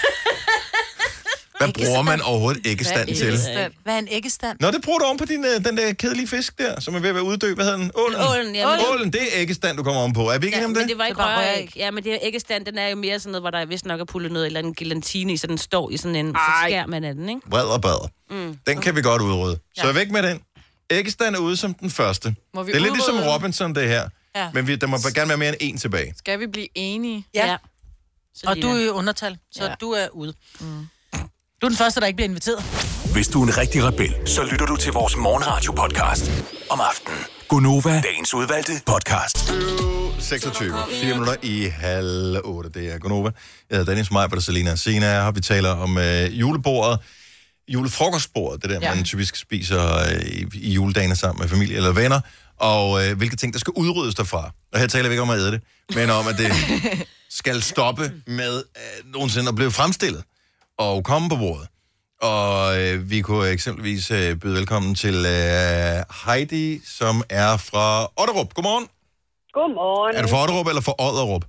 A: Hvad bruger man overhovedet æggestand til?
D: Æggestand.
B: Øh, Hvad er en æggestand?
A: Nå, det bruger du om på din, øh, den der kedelige fisk der, som er ved at være uddød. Hvad hedder den? Ålen.
C: Mm. Ålen, ja, men-
A: Ålen, det er æggestand, du kommer om på. Er vi ikke ja, enige om
C: men
A: det?
C: det var
B: Det
C: ikke
B: var røræg.
C: røræg. Ja, men det er æggestand, den er jo mere sådan noget, hvor der vist nok er pullet noget eller en gelatine i, så den står i sådan en, så
D: Ej.
C: skær man af den, ikke?
A: Vred og bad. Mm. Den kan vi godt udrydde. Så væk med den. Æggestand er ude som den første.
D: Må vi
A: det er lidt ligesom
D: udrydde den?
A: Robinson, det her.
B: Ja.
A: Men vi, der må gerne være mere end en tilbage.
D: Skal vi blive enige?
C: Så
B: Og
C: lige
B: du er
C: der.
B: i undertal, så
D: Ja.
B: du er ude. Du er den første, der ikke bliver inviteret.
E: Hvis du er en rigtig rebel, så lytter du til vores morgenradio-podcast om aftenen. Gunova, dagens udvalgte podcast.
A: 26. 4 minutter i halv 8. Det er Gunova. Jeg hedder Dennis Maj, og Selina Sina er her. Vi taler om øh, julebordet. julefrokostbordet, det der, ja.
D: Ja.
A: man typisk spiser øh, i, i juledagene sammen med familie eller venner, og øh, hvilke ting, der skal udryddes derfra. Og her taler vi ikke om at æde det, men om, at det skal stoppe med øh, nogensinde at blive fremstillet og komme på bordet. Og øh, vi kunne eksempelvis øh, byde velkommen til øh, Heidi, som er fra Otterup. Godmorgen.
G: Godmorgen.
A: Er du fra Otterup eller fra Odderup?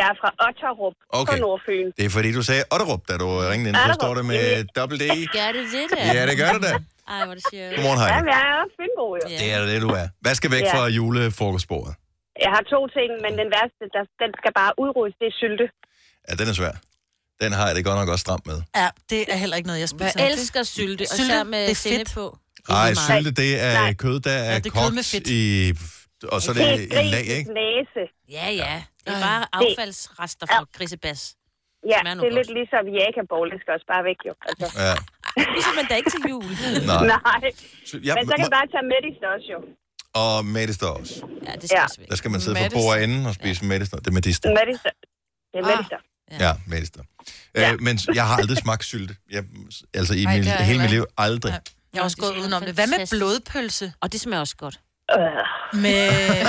G: Jeg er fra Otterup på
A: Okay.
G: Nordfyn.
A: Det er fordi, du sagde Otterup, da du ringede ind. Så
G: Otterup.
A: står det med dobbelt D.
C: Gør det det der?
A: Ja, det gør det da.
C: Ej, hvor er det sjovt.
A: Godmorgen, Heidi.
G: Jamen, jeg er også fynbo, jo.
A: Det er det, du er. Hvad skal væk
G: Ja.
A: fra julefrokostbordet?
G: Jeg har to ting, men den værste, der, den skal bare udryddes, det er sylte.
A: Ja, den er svær. Den har jeg det godt nok også stramt med.
B: Ja, det er heller ikke noget, jeg spiser.
C: Jeg elsker sylte, og
B: Sylte,
C: så
B: det
C: med
B: er
C: sennep
B: fedt.
C: på.
A: Nej,
B: meget.
A: sylte, det er
G: Nej.
A: kød, der er,
B: det er kød med
A: kogt
B: fedt.
A: i... Og så er det
G: Helt
A: en lag,
G: grisens
A: ikke?
G: næse.
C: Ja, ja. Det er bare affaldsrester fra grisebas.
G: Ja,
C: Smager nu
G: det er
C: godt.
G: lidt ligesom jakabål, den skal også bare væk, jo. Altså,
A: Ja,
C: Ligesom man da ikke til jul.
A: nej.
G: nej,
A: Sy- Ja,
G: men så kan
A: ma-
G: jeg bare tage med i også, jo.
A: og medister også.
C: Ja, det skal
G: Ja.
C: også væk.
A: Der skal man sidde på
D: Medister.
A: bordet enden og spise medister. Det er medister.
G: Med det Det er med
D: Ah.
G: det
A: Ja, medister.
G: Ja.
A: Øh, men jeg har aldrig smagt sylte. Jeg, altså i
D: Ej,
A: min,
D: det har jeg
A: hele mit
D: heller
A: liv aldrig.
B: Nej. Jeg har også
C: Nå, det
B: gået
C: smager
B: udenom det. Hvad med
C: fantastisk.
B: blodpølse?
C: Og det smager også godt.
B: Ah,
G: øh,
B: Med med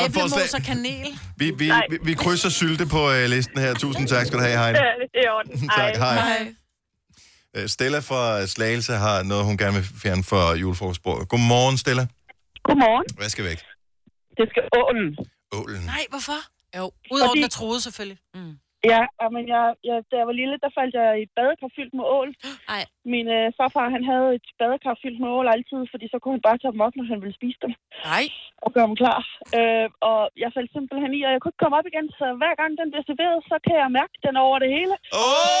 A: Godt forslag.
B: æblemos og kanel?
A: Vi, vi,
G: Nej.
A: vi, vi krydser sylte på øh, listen her. Tusind tak skal du have, Heine.
G: det er i orden. Ej.
A: Tak, hej.
D: Nej.
A: Øh, Stella fra Slagelse har noget, hun gerne vil fjerne fra julefrokostbordet. Godmorgen, Stella.
G: Godmorgen.
A: Hvad skal væk?
G: Det skal ålen.
A: Ålen.
B: Nej, hvorfor?
D: Jo.
B: Udover
G: Fordi-
B: den er troet, selvfølgelig.
G: Ja, og men jeg, jeg, da jeg var lille, der faldt jeg i et badekar fyldt med ål.
C: Ej.
G: Min øh, farfar, han havde et badekar fyldt med ål altid, fordi så kunne han bare tage dem op, når han ville spise dem
D: Nej.
G: og gøre dem klar. Øh, og jeg faldt simpelthen i, og jeg kunne ikke komme op igen, så hver gang den bliver serveret, så kan jeg mærke den over det hele.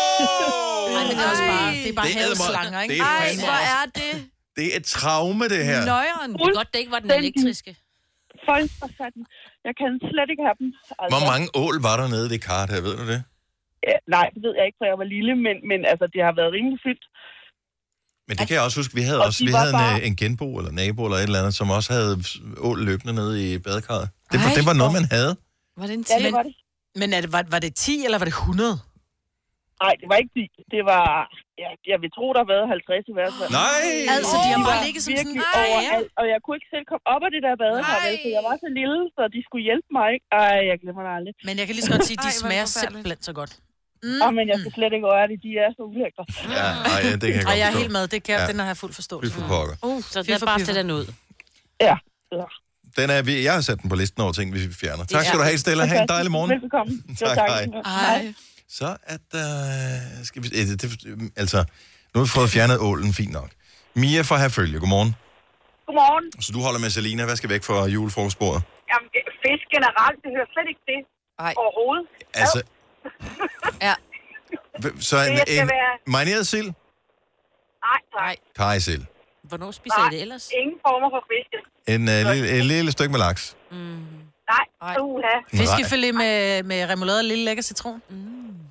A: Åh!
B: Ej, men det er også bare, det er bare
A: Det er
B: havslanger,
A: eddermame.
B: ikke?
A: Det er
D: Ej,
A: fandme
D: hvor er det?
A: Det er et traume, det her.
D: Nøjeren.
C: Det er godt, det ikke var den elektriske.
G: Folk for satan. Jeg kan slet ikke have dem. Altså,
A: Hvor mange ål var der nede i det kart her, ved du det?
G: øh, nej, det ved jeg ikke, for jeg var lille, men, men altså, det har været rimelig fyldt.
A: Men det kan jeg også huske, vi havde,
G: Og
A: også,
G: de
A: vi
G: var
A: havde en,
G: bare-
A: øh, en genbo eller nabo eller et eller andet, som også havde ål løbende nede i badekarret. Det, var-
D: Ej,
A: det var noget,
G: hvor-
A: man havde.
D: Var det en
G: Ja,
D: ting?
G: det var det.
B: Men er det, var, var det 10, eller var det 100?
G: Nej, det var ikke 10. Det var... Ja, jeg vil tro, der har været 50 i hvert fald.
A: Nej!
B: Altså, de har
G: De
B: bare
G: var
B: ligget som sådan...
G: virkelig
B: Ej, ja.
G: overalt, og jeg kunne ikke selv komme op af det der badekar, vel, for jeg var så lille, så de skulle hjælpe mig, ikke? Ej, jeg glemmer det aldrig.
B: Men jeg kan lige så godt sige, at de
D: Ej, hvor er det
B: smager
D: forfærdeligt.
B: simpelthen så godt.
G: Mm. Oh, men jeg skal slet ikke røre det, de er så ulækre.
A: Ja, ej, ja, det kan jeg
B: Og jeg er
A: godt
B: helt
A: forstå.
B: med, det kan jeg,
A: Ja.
B: den har jeg fuld
A: Fy
B: forståelse for.
A: for pokker.
B: Uh,
C: Så det er bare at den ud.
G: Ja. ja.
A: Den er, vi- jeg har sat den på listen over ting, vi fjerner. Tak skal du have, Stella. Ha' en
G: Fantastisk.
A: dejlig morgen.
G: Velbekomme. Jo,
A: Tak,
G: tak.
A: hej.
D: Ej.
A: Så er der... Skal vi, eh, det, det, altså, nu har vi fået fjernet ålen, fint nok. Mia fra Herfølge, godmorgen.
G: Godmorgen.
A: Så du holder med Selina, hvad skal væk fra julefrokostbordet?
G: Jamen, fisk generelt, det hører slet ikke det
D: Ej.
G: overhovedet.
A: Altså,
D: Ja.
A: hv- så en,
G: Det skal
A: en
G: være-
A: marineret sild?
G: Nej,
D: Ej.
A: Kajsild.
C: Hvornår spiser I det ellers?
G: Ingen former for fisk.
A: En, uh, lille, en lille stykke med laks.
G: Nej,
D: Ej.
G: uha.
A: En rej-
B: Fiskefilet med, med remoulade og lille lækker citron.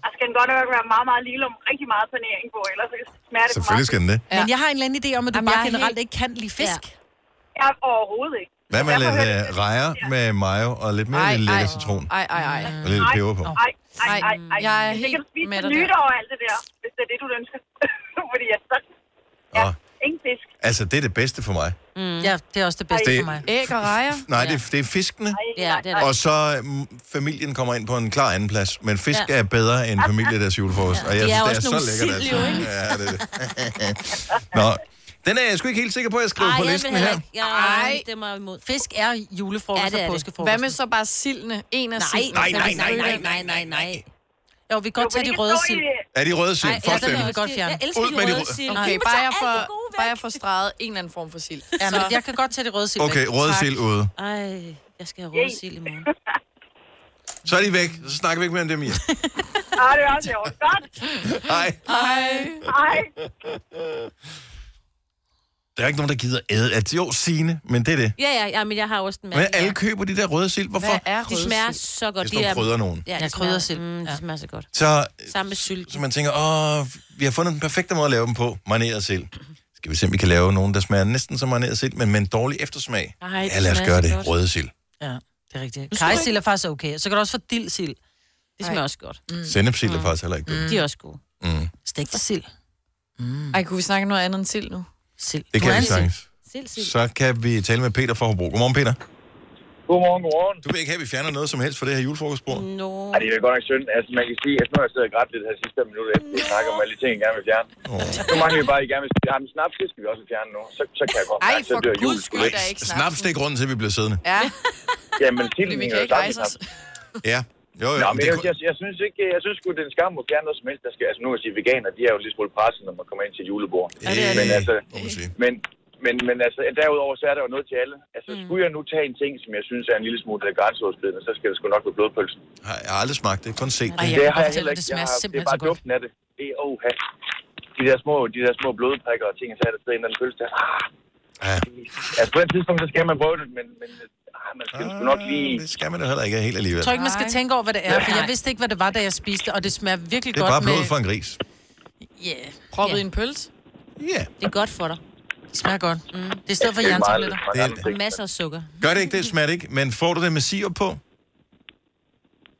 G: Der skal den godt nok være meget, meget lille om rigtig meget panering på, ellers smager
A: Selvfølgelig skal den det.
B: Men jeg har en eller anden idé om, at du
D: Jamen,
B: bare
D: jeg er
B: generelt
D: helt-
B: ikke kan lide fisk.
C: Ja.
G: Ja, overhovedet ikke.
A: Hvad med lidt
G: Derfor hører
A: uh, rejer med mayo og lidt mere
D: Ej,
A: lille lækker
D: ej.
A: citron?
D: Ej, ej, ej.
A: Og lidt peber på.
G: Ej, ej, ej, ej.
D: Jeg er
G: det
D: helt
G: kan du spise
D: med
G: til
D: dig der.
G: nytår og alt det der, hvis det er det, du ønsker. Fordi jeg så... Ja,
A: Åh.
G: ingen fisk.
A: Altså, det er det bedste for mig.
C: Mm.
B: Ja, det er også det bedste
A: Det-
B: for mig.
D: Æg og rejer.
A: Nej, det, er- det er fiskene.
C: Ja, det er
G: nej.
C: det.
A: Og så mm, familien kommer ind på en klar anden plads. Men fisk ja. er bedre end familie deres julefrokost. Ja. Og jeg
C: De
A: synes,
C: er
A: det er
C: også
A: så
C: nogle
A: lækkert. altså.
C: sild, jo, ikke?
A: Ja, det er det. Nå, den er jeg sgu ikke helt sikker på, at jeg skriver
C: Ej,
A: på
C: jeg
A: listen
C: vil heller
A: her.
C: ikke. Jeg
D: Ej.
C: stemmer imod.
B: Fisk er julefrokost
C: Ja, det er
B: og
C: det.
B: påskefrokost.
D: Hvad med så bare sildene? En af
C: Nej,
D: sildene.
A: Nej, nej, nej, nej,
C: nej, nej, nej.
B: Jo, vi kan godt tage de røde sild.
A: Er de røde sild?
B: ja,
A: Fuck
B: den
A: dem.
B: er- vi godt fjerne.
C: altså, Jeg elsker
A: Ud
C: de
A: med de
C: røde
A: røde.
C: sild.
D: Okay,
C: De må
D: bare
C: tage
D: jeg,
C: alt
D: får,
C: det gode væk.
D: bare jeg får streget en eller anden form for sild.
B: Ja, men jeg kan godt tage de røde sild.
A: Okay,
B: væk.
A: røde
D: Tak.
A: sild ude.
C: Ej, jeg skal have røde sild i morgen.
A: Så er de væk. Så snakker vi ikke mere om dem i.
G: Nej, det er også jo godt.
A: Nej,
D: Ej.
G: Ej,
A: der er ikke nogen, der gider æde. At jo, sine, men det er det.
C: Ja, ja, ja, men jeg har også den med.
A: Men alle køber de der røde sild. Hvorfor?
D: Hvad er
C: De
D: røde
C: smager
D: sild?
C: så godt.
A: Hvis du krydder nogen.
C: Ja, de
B: Jeg
C: smager-
B: krydder sild.
C: Mm,
B: Ja.
C: de smager så godt.
A: Så,
C: Sammen med sylt.
A: så man tænker, åh, vi har fundet den perfekte måde at lave dem på. Marineret sild. Skal vi se, om vi kan lave nogen, der smager næsten som marineret sild, men med en dårlig eftersmag?
C: Ej,
A: Ja, lad os
C: smager
A: gøre
C: så
A: det.
C: godt.
A: Røde sild.
B: Ja, det er rigtigt. Kajsild er faktisk okay. Så kan du også få dildsild.
C: Det smager også godt.
A: Mm. Sennepsild er faktisk heller ikke dumt.
C: De er også gode.
B: Stegte sild.
D: Ej, kunne vi snakke noget andet end sild nu?
B: Sild.
A: Det
B: Du er
A: kan vi
B: en sild.
A: sagtens.
C: Sild, sild.
A: Så kan vi tale med Peter fra Hobro. Godmorgen, Peter.
F: Godmorgen, godmorgen.
A: Du vil ikke have, at vi fjerner noget som helst fra det her julefrokostbord?
C: Nå.
F: Ej, det er godt nok synd. Altså, man kan sige, at nu har jeg siddet og grædt lidt her sidste fem minutter, efter vi snakker om alle de ting, jeg gerne vil fjerne.
A: Åh.
F: Nu mangler vi bare, at I gerne vil fjerne den snaps, det skal vi også fjerne nu. Så, så kan jeg godt
D: Ej,
F: mærke, så
D: for
F: dør jul.
D: guds skyld, der er ikke snaps.
A: Snaps, det er grunden til, at vi bliver siddende.
D: Ja,
F: Jamen, til
D: fordi
F: den
D: vi
F: hænger
D: kan
F: jo
D: ikke
F: sammen
D: rejse
F: med
D: os.
F: snaps.
A: Ja. Jo, jo.
F: Nå,
A: men
F: men
A: det,
F: jeg,
A: er kun-
F: jeg, jeg, synes ikke, jeg synes sgu, det er en skam at fjerne noget som helst. Der skal, altså, nu vil jeg sige, veganer, de er jo lige smule presset, når man kommer ind til et julebord.
A: Ja, det er
F: Men
A: det.
F: altså,
A: må man sige.
F: Men, men, men altså, derudover så er der jo noget til alle. Altså, mm. skulle jeg nu tage en ting, som jeg synes er en lille smule grænseoverskridende, så skal det sgu nok være blodpølsen.
A: Har- Jeg har aldrig smagt det, kun set
B: Ej,
A: det.
B: jeg kan
F: har
B: bare fortælle, at det
F: Jeg
B: smager
F: har- det
B: simpelthen
F: er
B: så
F: bare
B: godt.
F: duften af det. Det er oha. De der små, de der små blodprikker og ting, og så er der stadig en eller anden pølse der. Ah,
A: Ja.
F: altså, på et tidspunkt, så skal man prøve det, men, men ah, man skal sgu nok lige...
A: Ah, Det skal man da heller ikke helt alligevel.
B: Jeg tror ikke, man skal
D: Nej.
B: tænke over, hvad det er, for jeg vidste ikke, hvad det var, da jeg spiste, og det smager virkelig
A: Det er
B: godt
A: bare blod
B: med...
A: for en gris.
B: Ja, yeah.
D: proppet
C: Ja.
D: i en pølse.
A: Ja.
C: Det er godt for dig.
B: det smager godt. Mm. Det er i stedet for
F: Det er meget
B: jerntabletter.
F: lidt fra en
A: Det er-
F: anden ting.
C: Masser af sukker.
A: Gør det ikke, det smager det ikke, men får du det med sirup på?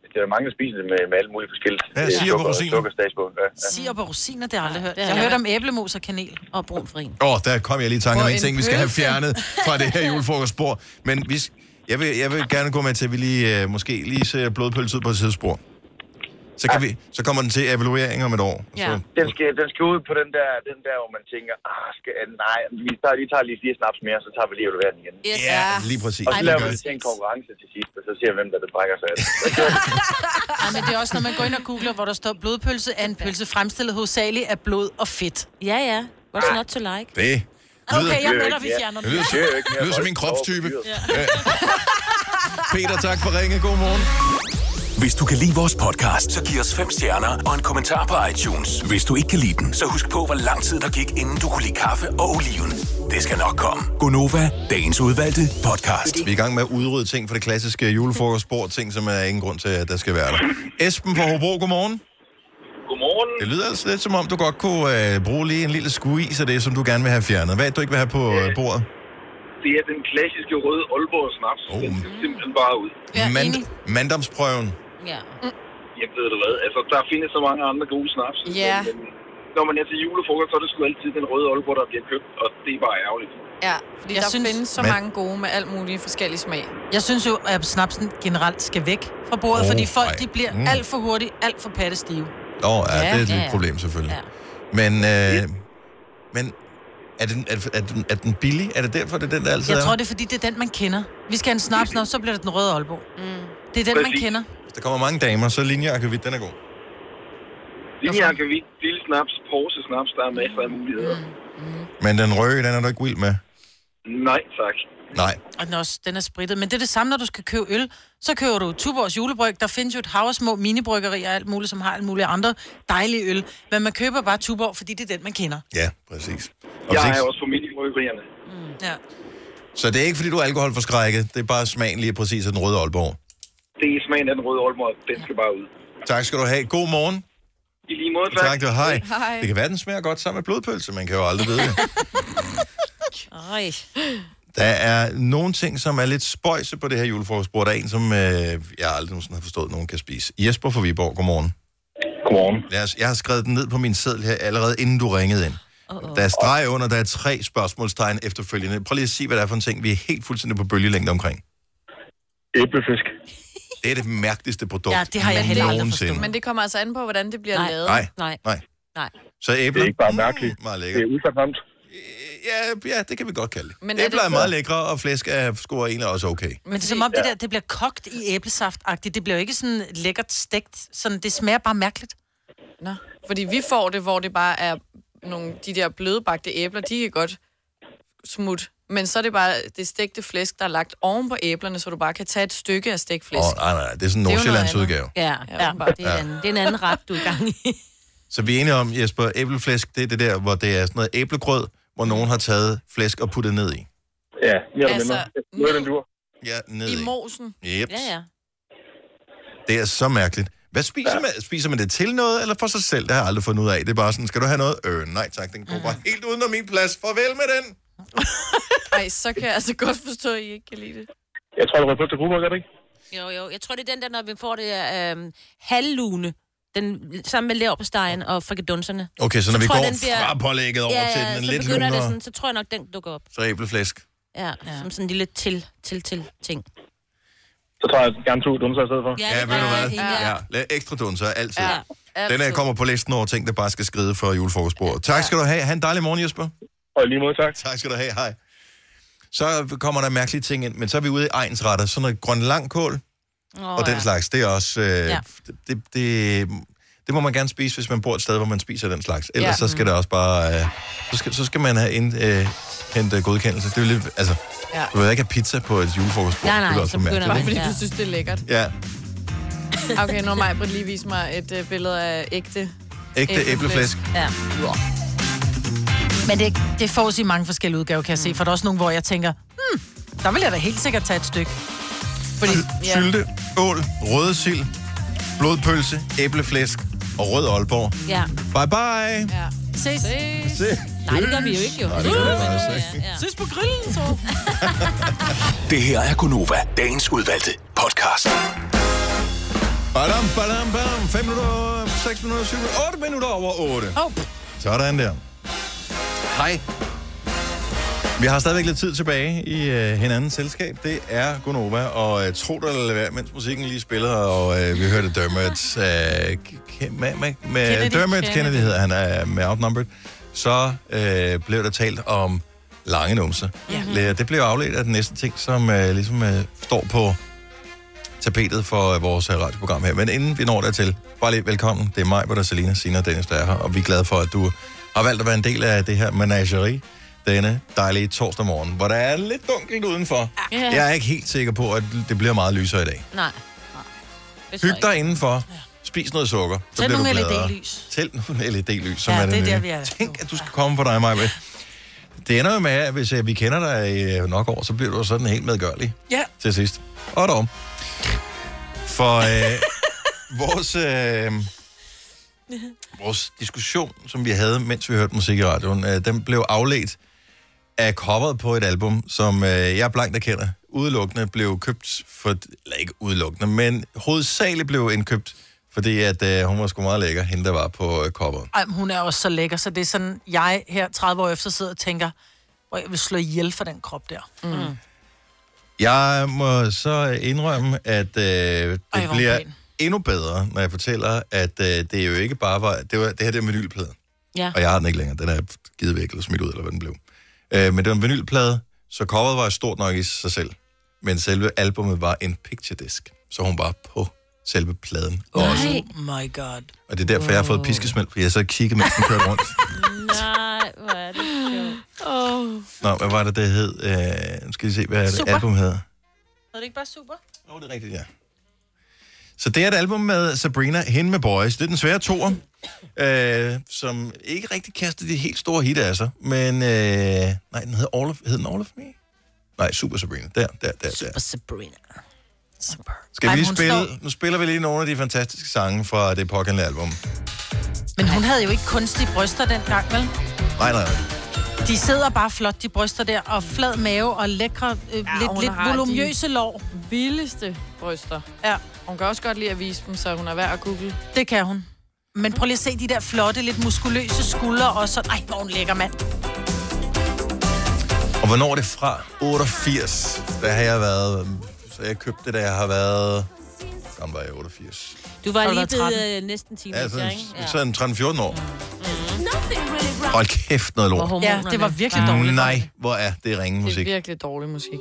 F: Det er der mange, der spiser det med, med alle mulige forskellige.
A: Ja,
F: øh,
A: sirup og
F: sukker-
A: rosiner.
F: Sukkerstads på. Ja, ja.
B: Sirup og rosiner, det har jeg aldrig hørt.
C: det har
B: Jeg har
C: jeg
B: hørt om æblemos og kanel.
C: Og brun farin.
A: Åh, oh, der kom jeg lige i tanke om
D: Hvor
A: en
D: en
A: ting, vi skal have
D: pølse.
A: fjernet fra det her julefrokostbord. Men vi, s- jeg, vil, jeg vil gerne gå med til, at vi lige, øh, måske lige ser blodpølse ud på et sidespor. Så, kan vi, så kommer den til evaluering om et år. og
C: Ja.
A: Så,
F: Den skal, den skal ud på den der, den der hvor man tænker, ah, skal, nej, vi tager, vi tager lige fire snaps mere, så tager vi lige evalueringen igen.
C: Yes.
A: ja, lige præcis.
F: Og så
A: Det
F: laver
A: gør
F: vi det
A: det.
F: til en konkurrence til sidst, og så ser vi, hvem der det brækker sig. af.
B: Ej, men det er også, når man går ind og googler, hvor der står blodpølse, er en pølse fremstillet hovedsageligt af blod og fedt.
C: Ja, ja. What's not to like?
A: Det lyder,
B: Okay, jeg
F: det er
B: mener,
F: ikke-
B: vi
F: ja.
B: fjerner
A: det
B: den.
A: lyder,
F: Det er jo ikke mere
A: det lyder som min
F: voldsomt
A: kropstype.
F: overstyret.
A: Peter, tak for ringe. God morgen.
E: Hvis du kan lide vores podcast, så giv os fem stjerner og en kommentar på iTunes. Hvis du ikke kan lide den, så husk på, hvor lang tid der gik, inden du kunne lide kaffe og oliven. Det skal nok komme. Gonova, dagens udvalgte podcast.
A: Vi er i gang med at udrydde ting fra det klassiske julefrokostbord, ting, som er ingen grund til, at der skal være der. Esben fra Hobro, godmorgen.
F: Godmorgen.
A: Det lyder altså lidt som om, du godt kunne øh, bruge lige en lille skuis af det, som du gerne vil have fjernet. Hvad er det, du ikke vil have på øh, bordet?
F: Det er den klassiske røde Aalborg snaps.
A: Oh.
F: Den skal simpelthen bare ud.
B: Ja,
A: Mand-
B: enig.
A: manddomsprøven.
C: Ja.
F: Jeg ved det hvad. Altså, der findes så mange andre gode snaps.
D: Ja.
F: Men, når man er til julefrokost, så er det sgu altid den røde Aalborg, der bliver købt, og det er bare ærgerligt.
D: Ja, fordi
B: Jeg
D: jeg der
B: synes-
D: synes, findes så
A: Men-
D: mange gode med alt muligt forskellige smag.
B: Jeg synes jo, at snapsen generelt skal væk fra bordet,
A: Åh,
B: oh, fordi folk
A: nej.
B: de bliver
A: Mm.
B: alt for hurtigt, alt for pattestive.
A: Åh, oh, ja,
B: Ja,
A: det er et
C: ja,
A: ja,
C: ja.
A: problem selvfølgelig.
C: Ja.
A: Men, øh, men er, den, er, er, den, er den billig? Er det derfor, det er den, der altid
B: Jeg
A: er?
B: tror, det er, fordi det er den, man kender. Vi skal have en snaps, når så bliver det den røde Aalborg. Mm. Det er den, man
F: Præcis.
B: kender.
A: Hvis der kommer mange damer, så linje akavit, den er god.
F: Linjeakavit, lille snaps, pause snaps, der er masser af muligheder.
A: Men den røde, den er du ikke vild med? Mm.
F: Nej, tak.
A: Nej.
B: Og den er, også, den er spritet. Men det er det samme, når du skal købe øl. Så køber du Tuborgs julebryg. Der findes jo et hav af små minibryggerier og alt muligt, som har alt muligt andre dejlige øl. Men man køber bare Tuborg, fordi det er den, man kender.
A: Ja, præcis. Og
F: Jeg
A: hvis
F: er
A: ikke,
F: også familie i bryggerierne.
B: Ja.
A: så det er ikke, fordi du er alkoholforskrækket. Det er bare smagen lige præcis af den røde Aalborg.
F: Det er smagen af den røde Aalborg, den skal bare ud.
A: Tak skal du have. God morgen.
F: I lige måde, tak.
A: Tak, du. Hej.
D: Hej.
A: Det kan være, den smager godt sammen med blodpølse. Man kan jo aldrig vide det.
C: Øj.
A: Der er nogle ting, som er lidt spøjse på det her julefrokostbord. Der er en, som øh, jeg aldrig nogensinde har forstået, at nogen kan spise. Jesper fra Viborg, godmorgen.
F: Godmorgen.
A: Lad os, jeg har skrevet den ned på min seddel her, allerede inden du ringede ind. Der er streg under, der er tre spørgsmålstegn efterfølgende. Prøv lige at sige, hvad det er for en ting, vi er helt fuldstændig på bølgelængde omkring.
F: Æblefisk.
A: Det er det mærkeligste produkt
B: Ja, det har jeg heller aldrig
A: nogensinde.
B: forstået.
D: Men det kommer altså an på, hvordan det bliver
C: Nej.
D: lavet.
A: Nej,
C: Nej.
A: nej.
C: Nej.
A: Så æbler.
F: Det er ikke bare mærkeligt.
A: Mm, meget
F: Det
A: lækkert.
F: er ufornemt.
A: Ja, ja, det kan vi godt kalde det.
D: Men
A: Men
D: er
A: æbler er,
D: det-
A: meget lækre, og flæsk er scorer egentlig også okay.
B: Men det er som om, det der det bliver kogt i æblesaft-agtigt. Det bliver jo ikke sådan lækkert stegt. Sådan, det smager bare mærkeligt.
D: Nå. Fordi vi får det, hvor det bare er nogle, de der blødbagte æbler, de kan godt smut. Men så er det bare det stegte flæsk, der er lagt oven på æblerne, så du bare kan tage et stykke af stegt flæsk.
A: Åh, nej, nej, det er sådan en
D: Det er jo noget
A: Nordsjællands udgave.
C: Ja, ja.
D: åbenbart.
C: Det, er en, det er en anden ret, du er i gang i.
A: Så vi er enige om, Jesper, æbleflæsk, det er det der, hvor det er sådan noget æblegrød, hvor nogen har taget flæsk og puttet ned i.
F: Ja, mere eller
D: Altså,
F: mindre. Nu er
A: mm.
F: den dur.
A: Ja, ned
D: I
A: i.
D: mosen.
A: Yep.
C: Ja, ja.
A: Det er så mærkeligt. Hvad spiser ja. man? Spiser man det til noget, eller for sig selv? Det har jeg aldrig fundet ud af. Det er bare sådan, skal du have noget? Øh, nej tak, den
C: Mm.
A: går bare helt udenom min plads. Farvel med den.
D: Ej, så kan jeg altså godt forstå, at I ikke kan lide det.
F: Jeg tror, det var på til Gruber, gør det ikke?
C: Jo, jo. Jeg tror, det er den der, når vi får det øh, øhm, halvlune. Den, sammen med leverpostejen og frikadunserne.
A: Okay, så når vi
C: tror jeg,
A: går
C: den bliver-
A: fra pålægget over
C: ja,
A: til
C: ja,
A: den
C: så
A: lidt
C: begynder det
A: lunere-
C: sådan, så tror jeg nok, den dukker op.
A: Så æbleflæsk.
C: Ja, ja. som sådan en lille til, til, til ting.
F: Så tager jeg gerne to dumser i stedet for.
A: Ja, ved du hvad? Ja.
C: Ja.
A: ja. Ekstra dunser, altid.
D: Ja,
A: Ja, den her kommer på listen over ting, der bare skal skride for julefrokostbordet. Tak skal du have. Ha' en dejlig morgen, Jesper.
F: Og i lige måde, tak.
A: Tak skal du have. Hej. Så kommer der mærkelige ting ind, men så er vi ude i egensretter. Sådan noget grøn langkål oh,
C: Oh,
A: og den slags, det er også... Øh, ja.
B: Ja.
A: det, det, det må man gerne spise, hvis man bor et sted, hvor man spiser den slags. Ellers
D: Ja.
A: så skal det også bare... Øh, så, skal, så skal man have ind, øh, hente godkendelse. Det er jo lidt... Altså,
D: Ja.
A: du vil ikke have pizza på et julefrokostbord.
C: Nej, nej,
A: det vil også
C: så
A: være
C: begynder
D: Bare
A: mærkeligt,
C: man.
D: fordi
C: Ja.
D: du synes, det er lækkert.
A: ikke? Ja,
D: Okay, nu har Majbrit lige vist mig et øh, billede af ægte.
A: ægte æbleflæsk.
D: Æbleflæsk.
B: Ja. Men det, det får sig i mange forskellige udgaver, kan jeg se. For der er også nogle, hvor jeg tænker, hmm, der vil jeg da helt sikkert tage et stykke.
D: Fordi, ja,
A: Sylte, ål, røde sild, blodpølse, æbleflæsk og rød Aalborg.
C: ja.
A: Bye bye!
D: ja.
B: Ses.
A: Se.
C: Nej, det gør vi jo ikke, jo.
A: Nej, det gør vi faktisk ikke.
C: ja.
B: Ses på grillen, så.
E: Det her er Gonova, dagens udvalgte podcast.
A: Badam, badam, badam. 5 minutter, 6 minutter, 7 minutter, 8 minutter over 8.
B: Hov.
A: Sådan der. Hej. Vi har stadigvæk lidt tid tilbage i øh, hinandens selskab. Det er Gunova, og øh, tro det eller lad være, mens musikken lige spiller, og øh, vi hørte Dermot, øh, Ke- med, med, med
B: Kennedy,
A: Kennedy, Dermot Kennedy,
B: Kennedy.
A: Kennedy hedder han, er med Outnumbered, så øh, blev der talt om lange numse. Ja. Det blev afledt af den næste ting, som øh, ligesom øh, står på tapetet for øh, vores øh, radioprogram her. Men inden vi når dertil, bare lige velkommen. Det er mig, hvor der er Selina, Sina og Dennis, der er her. Og vi er glade for, at du har valgt at være en del af det her menagerie denne dejlige torsdag morgen, hvor der er lidt dunkelt udenfor.
C: Ja.
A: Jeg er ikke helt sikker på, at det bliver meget lysere i dag.
C: Nej. Det tror jeg
A: Hyg dig indenfor. Spis noget sukker. Så
B: Tænd
A: bliver du
B: nogle
A: gladere.
B: LED-lys.
A: Tænd nogle LED-lys, E som
B: Ja,
A: er det,
B: det er
A: nye.
B: der, vi er.
A: Tænk, at du skal komme for dig, Maja. Det ender jo med, at hvis øh, vi kender dig øh, nok år, så bliver du sådan helt medgørlig
B: Ja.
A: til sidst. Og dog. For øh, vores, øh, vores diskussion, som vi havde, mens vi hørte musik i radioen, øh, den blev afledt af coveret på et album, som øh, jeg blankt erkender, udelukkende blev købt for... Eller ikke udelukkende, men hovedsageligt blev indkøbt, fordi at, øh, hun var sgu meget lækker, hende der var på øh, coveret.
B: Ej, men hun er også så lækker, så det er sådan, jeg her 30 år efter sidder og tænker, hvor jeg vil slå ihjel for den krop der.
A: Jeg må så indrømme, at øh, det
B: Ej,
A: Ej,
B: hvor
A: bliver
B: pæn.
A: endnu bedre, når jeg fortæller, at øh, det er jo ikke bare var... Det, var, det her det er en vinylplade,
C: ikke. Ja.
A: og jeg har den ikke længere. Den er givet væk eller smidt ud, eller hvad den blev. Øh, men det var en vinylplade, så coveret var stort nok i sig selv. Men selve albummet var en picture disc, så hun var på selve pladen. Også.
C: Nej,
B: Oh my god.
A: Og det er derfor, jeg har fået piskesmæld, fordi jeg så kiggede, mens den kørte rundt.
C: nej, hvor er det sjovt.
A: Nå, hvad var det, det hed? Øh, nu skal vi se, hvad det
B: Super.
A: album hedder.
B: Er det ikke bare super?
A: Jo, det er rigtigt, ja. Så det er et album med Sabrina, hende med Boys. Det er den svære toer, øh, som ikke rigtig kastede de helt store hit af sig. Men, øh, nej, den hedder All of, hed den All of Me? Nej, Super Sabrina. Der, der, der,
C: Super
A: der.
C: Sabrina.
B: Super.
A: Skal vi
B: Ej,
A: lige
B: hun
A: spille?
B: står-
A: Nu spiller vi lige nogle af de fantastiske sange fra det pågældende album.
B: Men hun havde jo ikke kunstige bryster dengang, vel?
A: Nej, nej, nej.
B: De sidder bare flot, de bryster der, og flad mave og lækre, øh, ja, lidt,
D: hun
B: lidt
D: har de-
B: volumøse lår.
D: Vildeste bryster.
B: Ja,
D: Hun kan også godt lide at vise dem, så hun er værd at google.
B: det kan hun. Men prøv lige at se de der flotte, lidt muskuløse skuldre og sådan. Ej, hvor er hun lækker, mand.
A: Og hvornår er det fra? 88. Der har jeg været... Så jeg købte det, da jeg har været... Gammel var jeg 88.
C: Du var
B: Har du
C: lige
B: været
C: blevet øh, næsten teenager,
A: Ja, sådan,
C: ikke?
A: sådan 13-14
B: Mm.
A: år. Hold kæft noget lort.
B: Ja, det var virkelig dårligt.
A: Nej, hvor er det ringe
D: Det er
A: musik.
D: virkelig dårlig musik.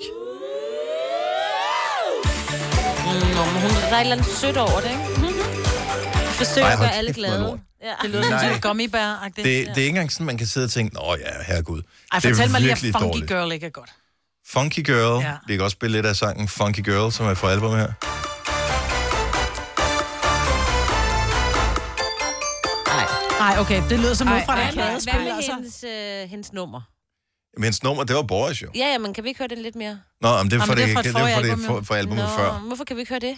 C: Nå, men hun der er et eller andet sødt over det, ikke? Forsøger
A: Ej,
C: at
A: hold
C: gøre alle
A: kæft, hvor er det
C: glade.
A: lort.
C: Ja.
B: Det lyder som
A: Nej.
B: sådan en
A: Det,
B: gummibær-agtigt.
A: det er ikke engang sådan, man kan sidde og tænke, nå ja, herregud.
B: Ej,
A: det
B: fortæl
A: er
B: mig lige, at
A: virkelig
B: Funky
A: dårligt.
B: Girl ikke er godt.
A: Funky Girl.
B: Ja.
A: Vi kan også spille lidt af sangen Funky Girl, som er fra albumet her.
B: Nej, okay, det lyder som ud fra
D: ej,
B: en
D: ej.
C: Hvad
B: kladespil,
C: med
B: altså.
C: hendes, øh, hendes nummer?
A: Men hendes nummer, det var Boris jo.
C: Ja, ja, men kan vi ikke høre den lidt mere?
A: Nå, men det er
B: Nå,
A: for
B: men det
A: det,
B: er fra
A: det,
B: et
A: det, er for
B: forrige
A: det
B: album, jo.
A: for, for albumet
C: Nå,
A: før.
C: hvorfor kan vi ikke høre det?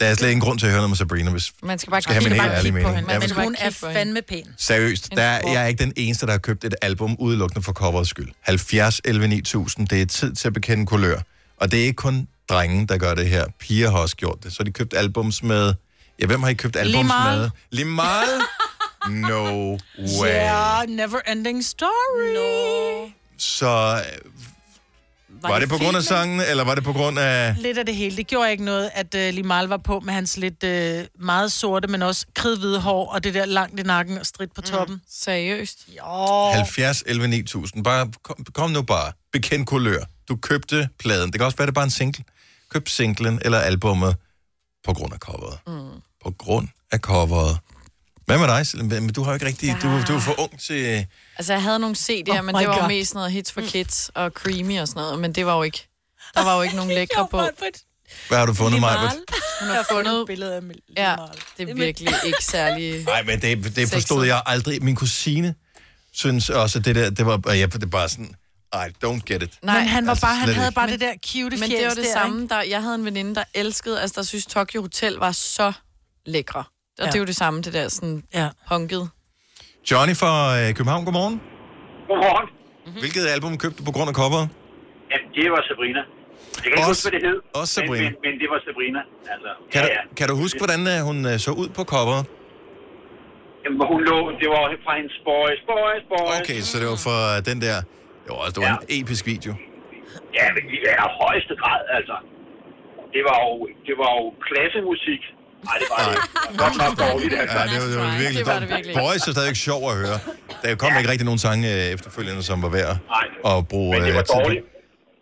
A: Der er slet ingen grund til at høre noget med Sabrina, hvis...
D: Man skal bare
A: Skal have
D: kigge
A: min
D: på
A: helt
D: hende.
A: ærlige mening. Ja,
B: Men,
A: man
B: men
A: skal
B: Altså, hun
D: bare
B: er
D: kigge på
B: fandme pæn.
A: Seriøst, der,
D: skrub.
A: jeg er ikke den eneste, der har købt et album udelukkende for coverets skyld. 70, 11, 9000, det er tid til at bekende kulør. Og det er ikke kun drenge, der gør det her. Piger har også gjort det. Så har de købt albums med Ja, hvem har I købt
B: Limahl.
A: albumsmad? Limal? No way.
B: Yeah, never ending story. No.
A: Så øh, var, var det, på grund af sangen, eller var det på grund af...
B: Lidt af det hele. Det gjorde ikke noget, at uh, Limal var på med hans lidt uh, meget sorte, men også kridhvide hår, og det der langt i nakken og stridt på toppen. Mm.
D: Seriøst.
B: Jo.
A: 70, 11, 9000. Bare, kom, kom nu bare. Bekend kulør. Du købte pladen. Det kan også være, det er bare en single. Køb singlen eller albummet på grund af coveret. Mm. På grund af coveret. Hvad med dig? Selin? Men Du har jo ikke rigtig... Ja. Du, du er for ung til...
D: Altså, jeg havde nogle CD'er, oh men
B: my
D: det var jo
B: God.
D: mest sådan noget hits for kids og creamy og sådan noget, men det var jo ikke... Der var jo ikke nogen lækre på.
A: Hvad har du fundet, mig?
D: Hun har fundet...
B: Billedet af Limal.
D: Ja, det er virkelig ikke særlig...
A: Nej, men det, det forstod jeg aldrig. Min kusine synes også, at det der... Det var, og ja, det er bare sådan... I don't get it.
D: Nej,
B: Nej, men han, var
A: altså
B: bare, han
A: slet
B: havde
A: ikke.
B: bare det der cute
D: Men
B: fjæs
D: det var det
B: der,
D: samme. Der, jeg havde en veninde, der elskede, altså der synes Tokyo Hotel var så lækre. Og ja. det er jo det samme, det der sådan
B: Ikke? Ja.
D: honket.
A: Johnny fra øh, København, godmorgen. Mm-hmm.
F: Godmorgen.
A: Hvilket album købte du på grund af coveret?
F: Ja, det var Sabrina. Jeg kan ikke
A: Også-
F: huske, hvad det hed.
A: også
F: Men-
A: Sabrina.
F: Men, men, det var Sabrina. Altså,
A: Kan,
F: ja,
A: du,
F: ja.
A: kan du huske, hvordan øh, hun øh, så ud på coveret?
F: Jamen, hun lå, det var fra hendes boys, boys, boys.
A: Okay, så det var for øh, den der... Det var, også, det var ja. en episk video.
F: Ja, men i allerhøjeste grad, altså. Det var jo, det var jo klassemusik. Nej, det var det. ikke. Det var godt nok dårligt, altså.
A: Ja, det var, det var virkelig
D: Det var det
A: dumt.
D: virkelig.
A: Boys er stadigvæk sjov at høre. Der kom ikke rigtig nogen sange øh, efterfølgende, som var værd
F: Nej.
A: at bruge
F: Men det
A: øh,
F: var
A: tid på.
F: dårligt.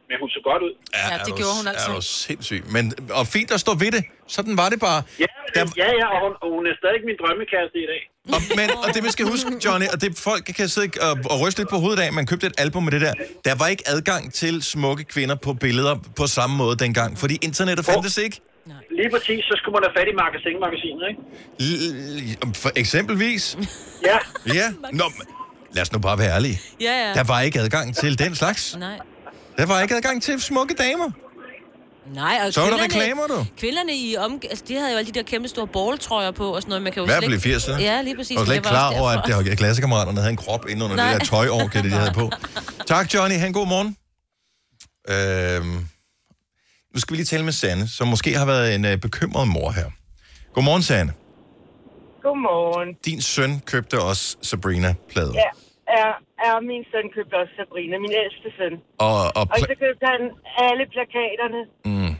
F: Men hun så godt ud.
A: Ja,
B: det gjorde hun altså.
A: Er du sindssyg. Men, og fint at stå ved det. Sådan var det bare.
F: Ja,
A: Der,
F: men- ja, ja, og hun, og hun er stadig min drømmekæreste i dag.
A: og, men, og det, man skal huske, Johnny, og det folk kan sidde og, og ryste lidt på hovedet af, man købte et album med det der. Der var ikke adgang til smukke kvinder på billeder på samme måde dengang, fordi internettet fandtes ikke.
F: Lige præcis, så skulle man have fat i magasinmagasinet, ikke?
A: L- for eksempelvis.
F: Ja,
A: Ja. Nå, men lad os nu bare være ærlige.
C: Ja, ja.
A: Der var ikke adgang til den slags.
C: Nej.
A: Der var ikke adgang til smukke damer.
C: Nej, og
A: Så var der
C: kvinderne-
A: reklamer, du.
C: Kvinderne i om... Altså, de havde jo alle de der kæmpe store borgeltrøjer på og sådan noget. Man kan jo
A: I hvert
C: slet
A: fald i
C: ikke-
A: 80'erne.
C: Ja, lige præcis.
A: Jeg var slet
C: Det
A: ikke
C: også
A: klar over, at
C: derfor.
A: det var- klassekammeraterne havde en krop ind under Nej.
C: Nej.
A: det der tøjorke, det de havde på. Tak, Johnny. Han god morgen. Øhm, nu skal vi lige tale med Sanne, som måske har været en øh, bekymret mor her. Godmorgen, Sanne.
I: Godmorgen.
A: Din søn købte også Sabrina-pladen.
I: Ja, er, er min søn købte også Sabrina, min ældste søn.
A: Og, og
I: Og
A: pla-
I: så købte han alle plakaterne
A: mm,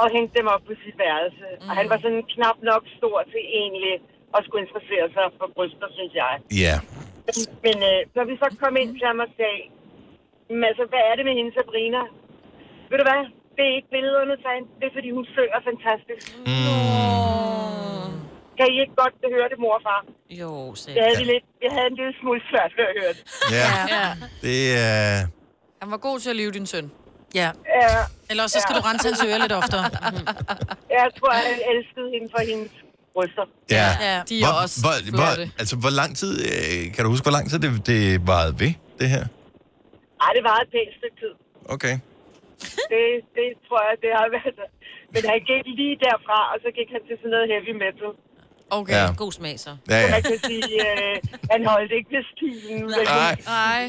I: og hængte dem op på sit værelse. Mm. Og han var sådan knap nok stor til egentlig at skulle interessere sig for bryster, synes jeg.
A: ja.
I: Men øh, når vi så kom ind til ham og sagde, "Men altså, hvad er det med hende, Sabrina? Ved du hvad? Det er ikke billederne, sagde han. Det er, fordi hun synger fantastisk. Kan I ikke godt høre det, mor og far?
C: Jo, sæt.
I: Det havde, vi lidt, jeg havde en lille smule svært ved at høre det.
A: ja.
D: Ja.
A: Det er...
D: Han var god til at leve din søn.
B: Ja.
I: Ja,
B: Eller også, så skal du rense hans ører lidt oftere.
I: jeg tror, han elskede hende for hendes bryster.
A: Ja.
D: Ja, de er
A: Hvor,
D: også
A: hvor, hvor,
D: flotte.
A: altså, hvor lang tid... Øh, kan du huske, hvor lang tid det, det varede ved, det her?
I: Ej, det var et pænt stykke tid.
A: Okay.
I: Det, det tror jeg, det har været. Men han gik lige derfra, og så gik han til sådan noget heavy metal.
D: Okay.
A: Ja.
D: Ja.
C: God smag, så.
A: Ja, ja.
I: Man kan sige, øh, han holdt ikke ved stilen. vel?
A: Nej,
D: Nej.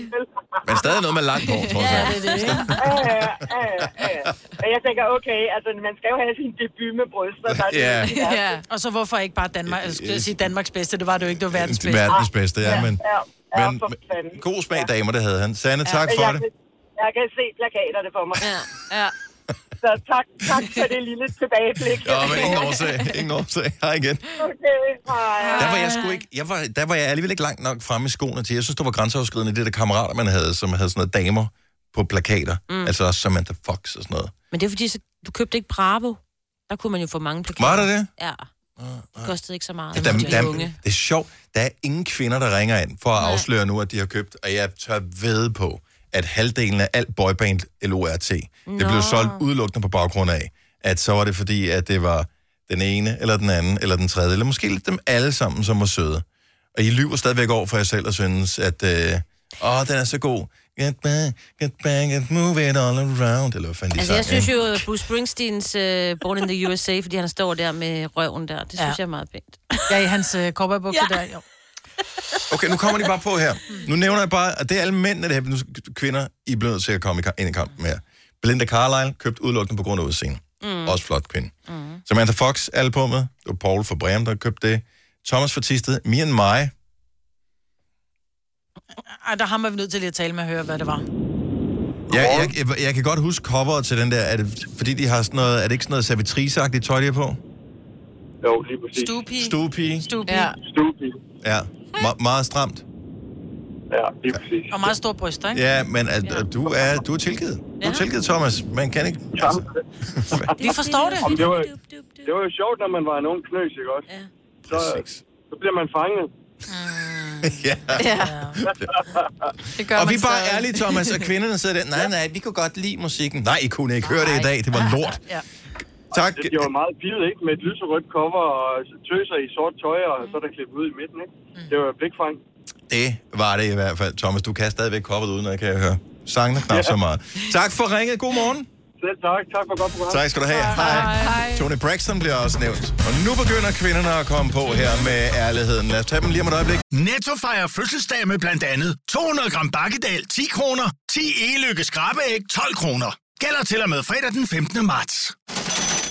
A: men stadig noget med langt hår, tror jeg.
B: det er det.
I: Ja, ja, ja, ja. Og jeg tænker, okay, altså man skal jo have sin debut med bryster. Der er det,
A: Ja.
I: ja.
D: Ja.
B: Og så hvorfor ikke bare Danmark? Jeg skulle sige Danmarks bedste. Det var det jo ikke. Det var verdens
A: Det er
B: bedste.
A: verdens bedste, ja, men...
I: Ja, ja,
A: Men,
I: for
A: men
I: fanden.
A: god smag, damer, det havde han. Sanne, tak
I: Men
A: for
I: jeg,
A: det.
I: kan- jeg kan se plakaterne for mig.
C: Ja.
D: ja.
I: Så tak, tak for det lille tilbageblik.
A: Ja, men ingen årsag, ingen årsag. Hej igen.
I: Okay, hej.
A: Der var jeg sgu ikke, jeg var, der var jeg alligevel ikke langt nok fremme i skoene til. Jeg synes, det var grænseoverskridende, det der kammerater, man havde, som havde sådan noget damer på plakater. Mm. Altså også Samantha Fox og sådan noget.
C: Men det er fordi, så, du købte ikke Bravo. Der kunne man jo få mange plakater.
A: Var der det?
C: Ja.
A: Ah,
C: Det kostede ikke så meget.
A: Der,
C: Det var
A: der,
C: de unge.
A: det er sjovt. Der er ingen kvinder, der ringer ind for at afsløre nu, at de har købt. Og jeg tør ved på, at halvdelen af alt boyband LORT, det blev solgt udelukkende på baggrund af, at så var det fordi, at det var den ene, eller den anden, eller den tredje, eller måske lidt dem alle sammen, som var søde. Og I lyver stadigvæk over for jer selv og synes, at øh, åh, den er så god. Get back, get back, and move it all around. Eller hvad fanden de
C: Altså, jeg
A: sang, ikke?
C: synes jo, at Bruce Springsteens uh, Born in the USA, fordi han står der med røven der, det synes
B: Ja.
C: jeg er meget pænt.
B: Ja, i hans øh, cowboybukser ja. der. Jo.
A: Okay, nu kommer de bare på her. Nu nævner jeg bare, at det er alle mændene, det her. Nu skal kvinder, I bliver nødt til at komme i ka- ind i kampen her. Belinda Carlisle købt udelukkende på grund af udseende. Mm. Også flot kvinde. Mm. Samantha Fox, albummet. Det var Paul fra Bremen, der købte det. Thomas fra Tisted, Me and My.
B: Ej, der har man nødt til lige at tale med at høre, hvad det var.
A: Ja, jeg, jeg, jeg, kan godt huske coveret til den der. Er det, fordi de har sådan noget, er det ikke sådan noget servitriceagtigt tøj, de har på?
F: Jo, lige præcis.
B: Stupi.
A: Stuepige.
B: Stupi.
D: Ja.
B: Ja.
F: Stupi.
A: Ja, Me- meget stramt.
F: Ja, lige præcis.
B: Og meget store bryster, ikke?
A: Ja, men at, at du, er, du er tilgivet. Du er tilgivet, Thomas. Man kan ikke... Altså,
B: Vi forstår det.
F: Det var, det var jo sjovt, når man var en ung knøs, ikke også?
C: Ja.
F: Så, så bliver man fanget.
A: Altså, ja.
D: Det gør
A: Og vi
D: man
A: er bare
D: stadig.
A: ærlige, Thomas, og kvinderne sidder der. Nej, nej, vi kunne godt lide musikken. Nej, I kunne ikke høre det i dag. Det var lort.
D: Ja.
A: Tak.
F: Det bliver jo meget pivet, ikke? Med et lyserødt cover og tøser i sort tøj, og så er der klippet ud i midten, ikke? Det var blikfang.
A: Det var det i hvert fald. Thomas, du kan stadigvæk koppet uden, og jeg kan høre. Sangen er knap så meget. Tak for ringet. God morgen.
F: Selv tak. Tak for godt program.
A: Tak skal du have. Hej. Tony Braxton bliver også nævnt. Og nu begynder kvinderne at komme på her med ærligheden. Lad os tage dem lige om et øjeblik.
E: Netto fejrer fødselsdag med blandt andet 200 gram bakkedal 10 kroner, 10 e-lykke skrabeæg 12 kroner. Gælder til og med fredag den 15. marts.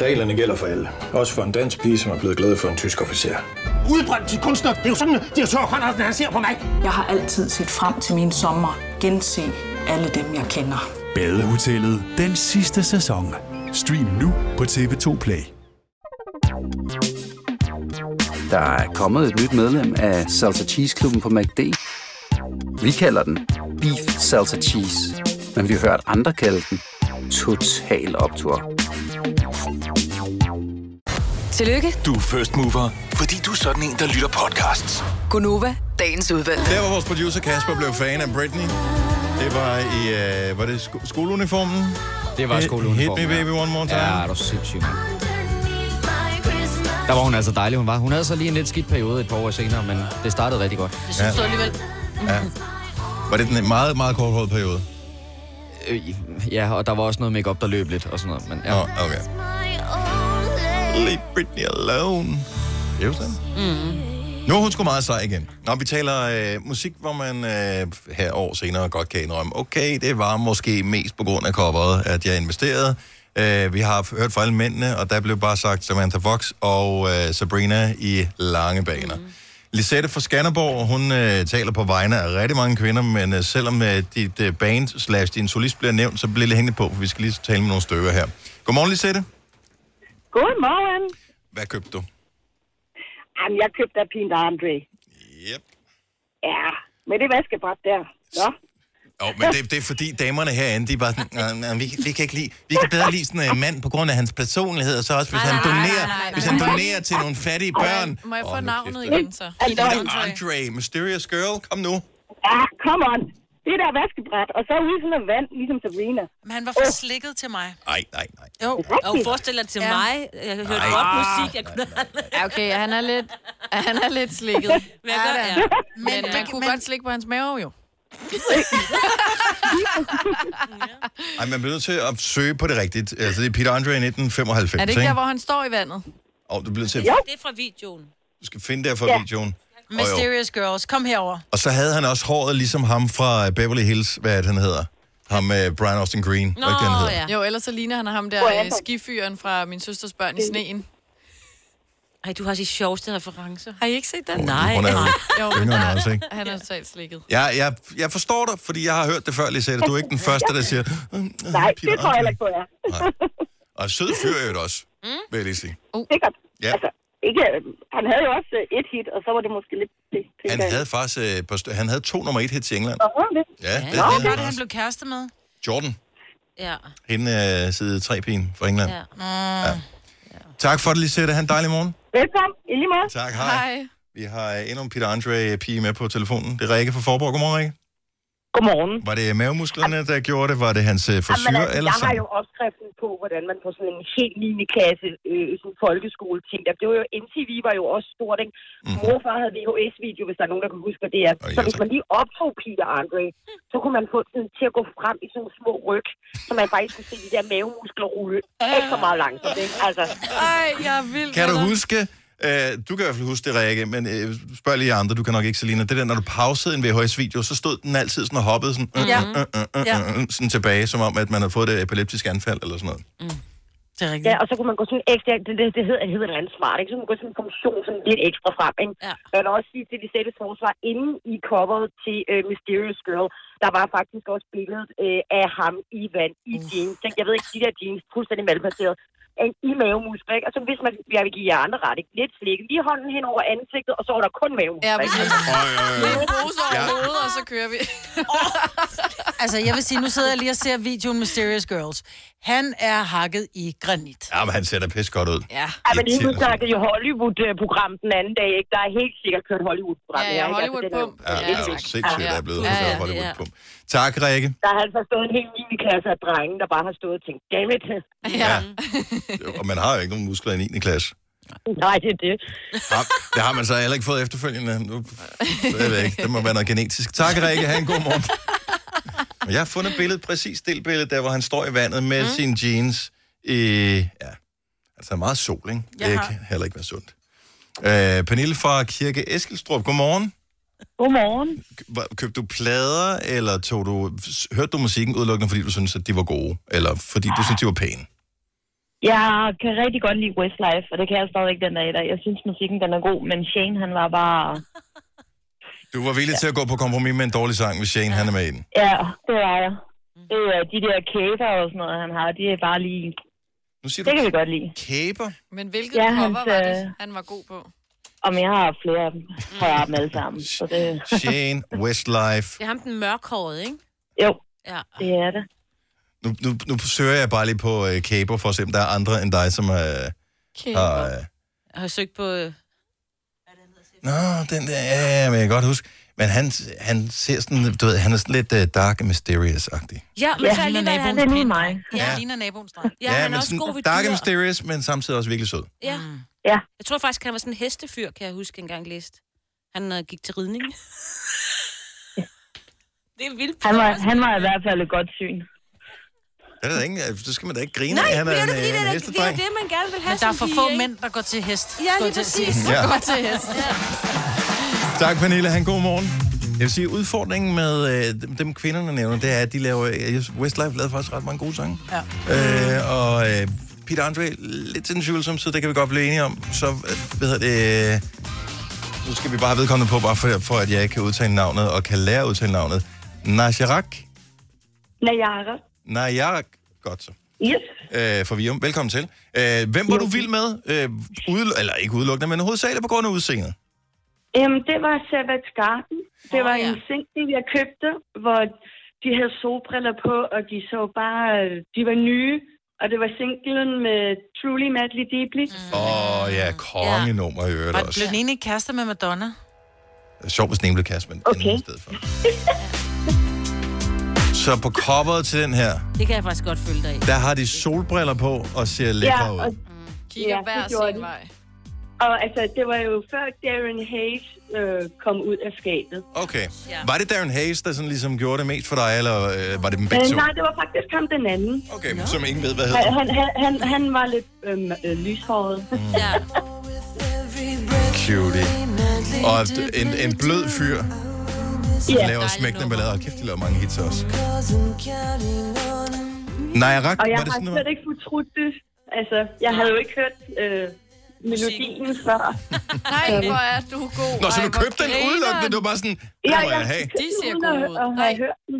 J: Reglerne gælder for alle. Også for en dansk pige, som er blevet glad for en tysk officer.
E: Udbrøndt til kunstner. Det er jo sådan, at de har Conradsen, han ser på mig.
K: Jeg har altid set frem til min sommer. Gense alle dem, jeg kender.
E: Badehotellet. Den sidste sæson. Stream nu på TV2 Play.
L: Der er kommet et nyt medlem af Salsa Cheese Klubben på MACD. Vi kalder den Beef Salsa Cheese. Men vi har hørt andre kalde den Total Optor.
K: Tillykke,
E: Du er first mover, fordi du er sådan en, der lytter podcasts.
K: Gunova, dagens udvalg.
A: Der var vores producer Kasper blev fan af Britney. Det var i, øh, var det sko- skoleuniformen?
H: Det var
A: Hit-
H: skoleuniformen.
A: Hit me baby one more time.
H: Ja, det var sindssygt. mand. Der var hun altså dejlig, hun var. Hun havde så lige en lidt skidt periode et par år senere, men det startede rigtig godt.
B: Jeg synes
A: Ja.
B: ja. alligevel.
A: Var det den meget, meget korthårede periode?
H: Øh, ja, og der var også noget makeup der løb lidt og sådan noget. Men, ja.
A: Nå, okay. Leave Britney alone. Det er jo sådan. Mm. Nu er hun sgu meget sej igen. Nå, vi taler øh, musik, hvor man øh, her år senere godt kan indrømme, okay, det var måske mest på grund af coveret, at jeg investerede. Øh, vi har f- hørt fra alle mændene, og der blev bare sagt Samantha Fox og øh, Sabrina i lange baner. Mm. Lisette fra Skanderborg, hun øh, taler på vegne af rigtig mange kvinder, men øh, selvom øh, dit øh, band slash din solist bliver nævnt, så bliver det hængende på, for vi skal lige tale med nogle stykker her. Godmorgen, Lisette.
G: Godmorgen.
A: Hvad købte du?
G: Jamen, jeg købte af Pint Andre.
A: Yep.
G: Ja, med det vaskebræt der. Nå.
A: Jo, men det, det er fordi damerne herinde, de bare sådan, "Nå, nå, vi, vi kan ikke lide, vi kan bedre lide sådan en mand på grund af hans personlighed, og så også hvis han donerer, hvis han donerer til nogle fattige børn.
D: Må jeg få
A: Åh, nu
D: navnet
A: kæft,
D: igen, så?
G: Altså,
A: mand. Andre, Mysterious Girl, kom nu.
G: ja, Ah, come on. Det der vaskebræt, og så ude i sådan noget vand, ligesom Sabrina.
B: Men han var for slikket til mig.
A: Nej, nej, nej.
B: Jo.
C: Og hun forestiller det til ja. mig. Jeg har hørt
A: Ej.
C: godt musik. Jeg kunne aldrig
D: Ja, okay, han er lidt, han er lidt slikket.
C: Hvad gør
D: Ja,
C: jeg?
D: det er.
B: Men,
D: Men man
B: men,
D: kunne
B: men,
D: godt slikke på hans mave, jo.
A: Ej, man bliver nødt til at søge på det rigtigt. Altså, det er Peter Andre i 1995,
D: Er det ikke der, hvor han står i vandet?
A: Og du bliver nødt til at,
G: Jo.
C: Det er fra videoen.
A: du skal finde det her fra videoen. Og, jo.
B: Mysterious Girls, kom herover.
A: og så havde han også håret ligesom ham fra Beverly Hills, hvad er det, han hedder? Ham med Brian Austin Green. Nå, ikke, det, han hedder?
C: ja.
D: Jo, ellers så ligner han ham
G: Hvor er
D: der øh,
G: han?
D: skifyren fra min søsters børn i sneen.
C: Ej, du har de sjoveste referencer.
D: Har I ikke set den?
C: Nej.
A: Hun er jo
D: Jo,
A: yngre end os, ikke?
D: han er totalt slikket.
A: Jeg, jeg, jeg forstår dig, fordi jeg har hørt det før, Lisette. Du er ikke den første, der siger... "Øh, øh,
G: Nej,
A: Peter
G: det tror jeg
A: Andre."
G: heller ikke på, ja.
A: Og sød fyr er det også, vil jeg lige sige.
G: Sikkert.
A: Ja.
G: Altså, ikke, han havde jo også øh, et hit, og så var det måske lidt... Det,
A: Han
G: tænker jeg.
A: havde faktisk øh, på st- han havde to nummer et hits i England.
G: Nå, det.
A: Ja, det havde
B: Nå, det var
A: han
B: det, han
A: også.
B: blev kæreste med.
A: Jordan,
C: Ja.
A: hende øh, side 3 pigen fra England.
C: Ja.
B: Mm.
A: Tak for det, Lisette. Han en dejlig morgen.
G: Velkommen, i lige måde.
A: Tak, hej. Vi har øh, endnu en Peter Andre øh, pige med på telefonen. Det er Rikke fra Forborg. Godmorgen, Rikke.
M: Godmorgen.
A: Var det mavemusklerne, der gjorde det? Var det hans øh, frisyr
M: altså,
A: eller
M: jeg har
A: sådan?
M: jo opskriften på, hvordan man på sådan en helt 9. klasse øh, sådan en folkeskoleting. Der blev jo, MTV var jo også stort, ikke? Mm-hmm. Morfar havde VHS-video, hvis der er nogen, der kan huske, hvad det er. så hvis man lige optog Peter Andre, så kunne man få den til at gå frem i sådan nogle små ryg, så man faktisk kunne se de der mavemuskler rulle ekstra meget langsomt, ikke? Altså.
D: Ej, jeg er vild
A: Kan
D: med
A: du
D: dig.
A: huske, øh, du kan i hvert fald huske det, Rikke, men øh, spørg lige andre, du kan nok ikke, Selina. Det der, når du pausede en VHS-video, så stod den altid sådan og hoppede sådan, øh,
B: Ja.
A: øh, øh, øh, øh, øh, sådan tilbage, som om, at man havde fået det epileptiske anfald eller sådan noget.
B: Det er rigtigt.
M: Ja, og så kunne man gå sådan ekstra, det, det, det hedder, det hedder et eller andet smart, ikke? Så kunne man gå sådan en kommission sådan lidt ekstra frem, ikke?
B: Ja.
M: Jeg vil også sige til de sætte forsvar, inden i coveret til øh, Mysterious Girl, der var faktisk også billedet øh, af ham i vand, i jeans. Ikke? Jeg ved ikke, de der jeans, fuldstændig malplaceret, en- i mavemuskler, ikke? Og så hvis man, jeg vil give jer andre ret, ikke? Lidt slik, lige hånden hen over ansigtet, og så var der kun mavemuskler, ja, ikke?
D: Lidt bruse over hovedet, og så kører vi.
B: Altså, jeg vil sige, nu sidder jeg lige og ser videoen Mysterious Girls. Han er hakket i granit.
A: Ja, men han ser da pis godt ud.
B: Ja.
M: Ja, men lige nu
A: Irriterende.
M: snakkede jo Hollywood-program den anden dag, ikke? Der er helt sikkert kørt Hollywood-program. Altså,
D: Ja, ja, Hollywood-pump.
A: Ja, det er jo sindssygt, der er blevet ja, ja, Hollywood på. Tak, Rikke.
M: Der har altså stået en hel 9. klasse af drenge, der bare har stået og tænkt, dammit.
A: Ja. Og man har jo ikke nogen muskler i 9. klasse.
M: Nej, det er det.
A: Har- Det har man så heller ikke fået efterfølgende. Nu, så jeg ved ikke. Det må være noget genetisk. Tak, Rikke. Ha' en god morgen. Og Jeg har fundet et billede, præcis det billede, der hvor han står i vandet med mm. sine jeans. Øh, ja, altså meget sol, ikke?
I: Jeg
A: det
I: har-
A: kan heller ikke være sundt. Øh, Pernille fra Kirke Eskilstrup, godmorgen.
I: Godmorgen.
A: Hva- Købte du plader, eller tog du, s- hørte du musikken udelukkende, fordi du syntes, at de var gode? Eller fordi
I: Ah.
A: du syntes, de var pæne?
I: Jeg kan rigtig godt lide Westlife, og det kan jeg stadigvæk den dag i dag. Jeg synes, musikken den er god, men Shane, han var bare...
A: Du var villig til at gå på kompromis med en dårlig sang, hvis Shane han er med i den.
I: Ja, det var jeg. Det er de der kæber og sådan noget, han har, de er bare lige...
A: Nu siger
I: det
A: du
I: kan vi godt lide.
A: Kæber?
D: Men hvilket
I: Ja,
D: ja,
I: han
D: cover var
I: sagde-
D: det, han var god på?
I: Og jeg har flere af dem. Har jeg dem alle sammen. Så det...
A: Shane, Westlife.
C: Det er ham den mørkhårede, ikke?
I: Jo,
C: Ja.
I: det er det.
A: Nu, nu, nu søger jeg bare lige på øh, kæber, for at se, om der er andre end dig, som er...
C: Okay.
A: har, øh,
C: Jeg har søgt på... øh,
A: Nå, den der, ja, ja, men jeg kan godt huske. Men han, han ser sådan, du ved, han er sådan lidt øh, dark and mysterious-agtig.
C: Ja, men
B: Ja,
C: så
B: ligner
C: alligevel er han...
B: naboens Det er
I: lige mig.
C: Ja,
A: Ja.
C: han ligner naboens dreng. Ja, han
A: men
C: er også
A: sådan
C: god ved
A: Dark and
C: dyr.
A: mysterious, men samtidig også virkelig sød.
C: Ja.
B: Mm.
I: ja.
C: Jeg tror faktisk, han var sådan en hestefyr, kan jeg huske engang læst. Han øh, gik til ridning. det er vildt.
I: Han var, han var i hvert fald et godt syn.
A: Det er der ingen, øh, så skal man da ikke grine
C: Nej,
A: af, han
C: men
A: er en,
C: det er da fordi,
A: øh,
C: det
A: en
C: er, det, er
A: hestedreng.
C: jo det, man gerne vil have
B: Men der er
C: som
B: for
C: pige,
B: få
C: ikke?
B: mænd, der går til hest.
C: Ja, lige
B: skulle jeg til at
C: præcis.
B: sige.
A: Ja.
B: Der Går til hest.
A: Tak, Pernille. Han god morgen. Jeg vil sige, udfordringen med øh, dem- dem, kvinderne nævner, det er, at de laver... Øh, Westlife lavede faktisk ret mange gode sange.
B: Ja.
A: Øh, og øh, Peter Andre, lidt til den tvivlsom side, det kan vi godt blive enige om. Så, øh, hvad hedder det... Øh, nu skal vi bare have vedkommende på, bare for, for at jeg ikke kan udtale navnet, og kan lære at udtale navnet. Najarak.
I: Nayara.
A: Najarak. Godt så.
I: Yes.
A: Øh, for Vium. Velkommen til. Øh, hvem var du vild med? Øh, udelukkende, eller ikke udelukkende, men hovedsageligt på grund af udseendet.
I: Øhm,
N: Jamen, det var Savage Garden. Det var en single, jeg købte, hvor de havde solbriller på, og de så bare, øh, de var nye. Og det var singlen med Truly Madly Deeply. Mm.
A: Åh oh, ja, kongenummer i øvrigt
B: Var
A: også.
B: blev den ene ikke kæreste med Madonna?
A: Det er sjovt, hvis den ene blev kastet, men okay. anden i stedet for. Så på coveret til den her,
C: Det kan jeg faktisk godt følge dig i.
A: der har de solbriller på og ser lækre ud.
N: og,
D: Kigger hver
N: det gjorde
D: sin
N: de.
D: vej.
N: Og altså, det var jo før Darren Hayes øh, kom ud af skabet.
A: Okay. Var det Darren Hayes, der sådan ligesom gjorde det mest for dig, eller øh, var det dem begge
N: Øh,
A: to?
N: nej, det var faktisk ham den anden.
A: Okay, men som ingen ved, hvad
N: Han,
A: hedder.
N: han, han- han, han var lidt øh, øh, lyshåret.
C: Ja.
A: Cutie. Og en, en blød fyr, som yeah. laver smækkende ballader. Og kæft, de laver mange hits også. Nej, Rak,
N: Og jeg
A: var det
N: har
A: sådan noget?
N: slet ikke fortrudt det. Altså, jeg havde jo ikke hørt øh, melodien før.
D: Nej, hvor er du god.
A: Nå, så
D: Ej,
A: du
D: hvor
A: købte den
D: grineren.
A: udelukkende, du var bare sådan, den
D: Ja,
A: må
D: ja.
A: jeg have.
D: De ser gode ud.
N: Og har hørt den.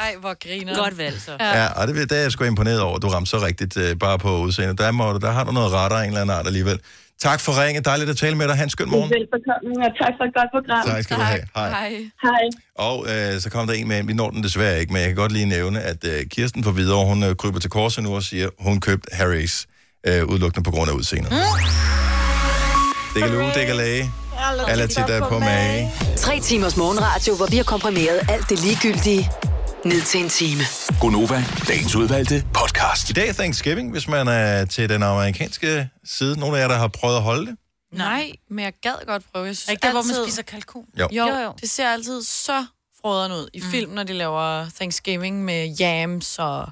D: Ej, hvor griner.
C: Godt valg, så.
A: Ja, og det, det er jeg sgu imponeret over. Du ramte så rigtigt øh, bare på udseendet. Der, må, du- der har du noget retter af en eller anden art alligevel. Tak for ringet. Dejligt at tale med dig. Ha' en skøn morgen.
N: Velbekomme, og tak for et godt program.
A: Tak skal du have. Hej.
N: Hej.
A: Og øh, så kom der en med, vi når den desværre ikke, men jeg kan godt lige nævne, at øh, Kirsten fra Hvidovre, hun øh, kryber til korset nu og siger, hun købte Harry's øh, udelukkende på grund af udseendet. Mm. Det kan luge, det kan læge. Alla titter på mage.
O: Tre timers morgenradio, hvor vi har komprimeret alt det ligegyldige ned til en time.
A: Gonova, dagens udvalgte podcast. I dag er Thanksgiving, hvis man er til den amerikanske side. Nogle af jer, der har prøvet at holde det.
D: Nej, men jeg gad godt prøve. Jeg synes,
B: Ikke der, hvor man spiser kalkun?
A: Jo.
D: Jo, jo, jo. det ser altid så frøderen ud i mm. film, når de laver Thanksgiving med yams og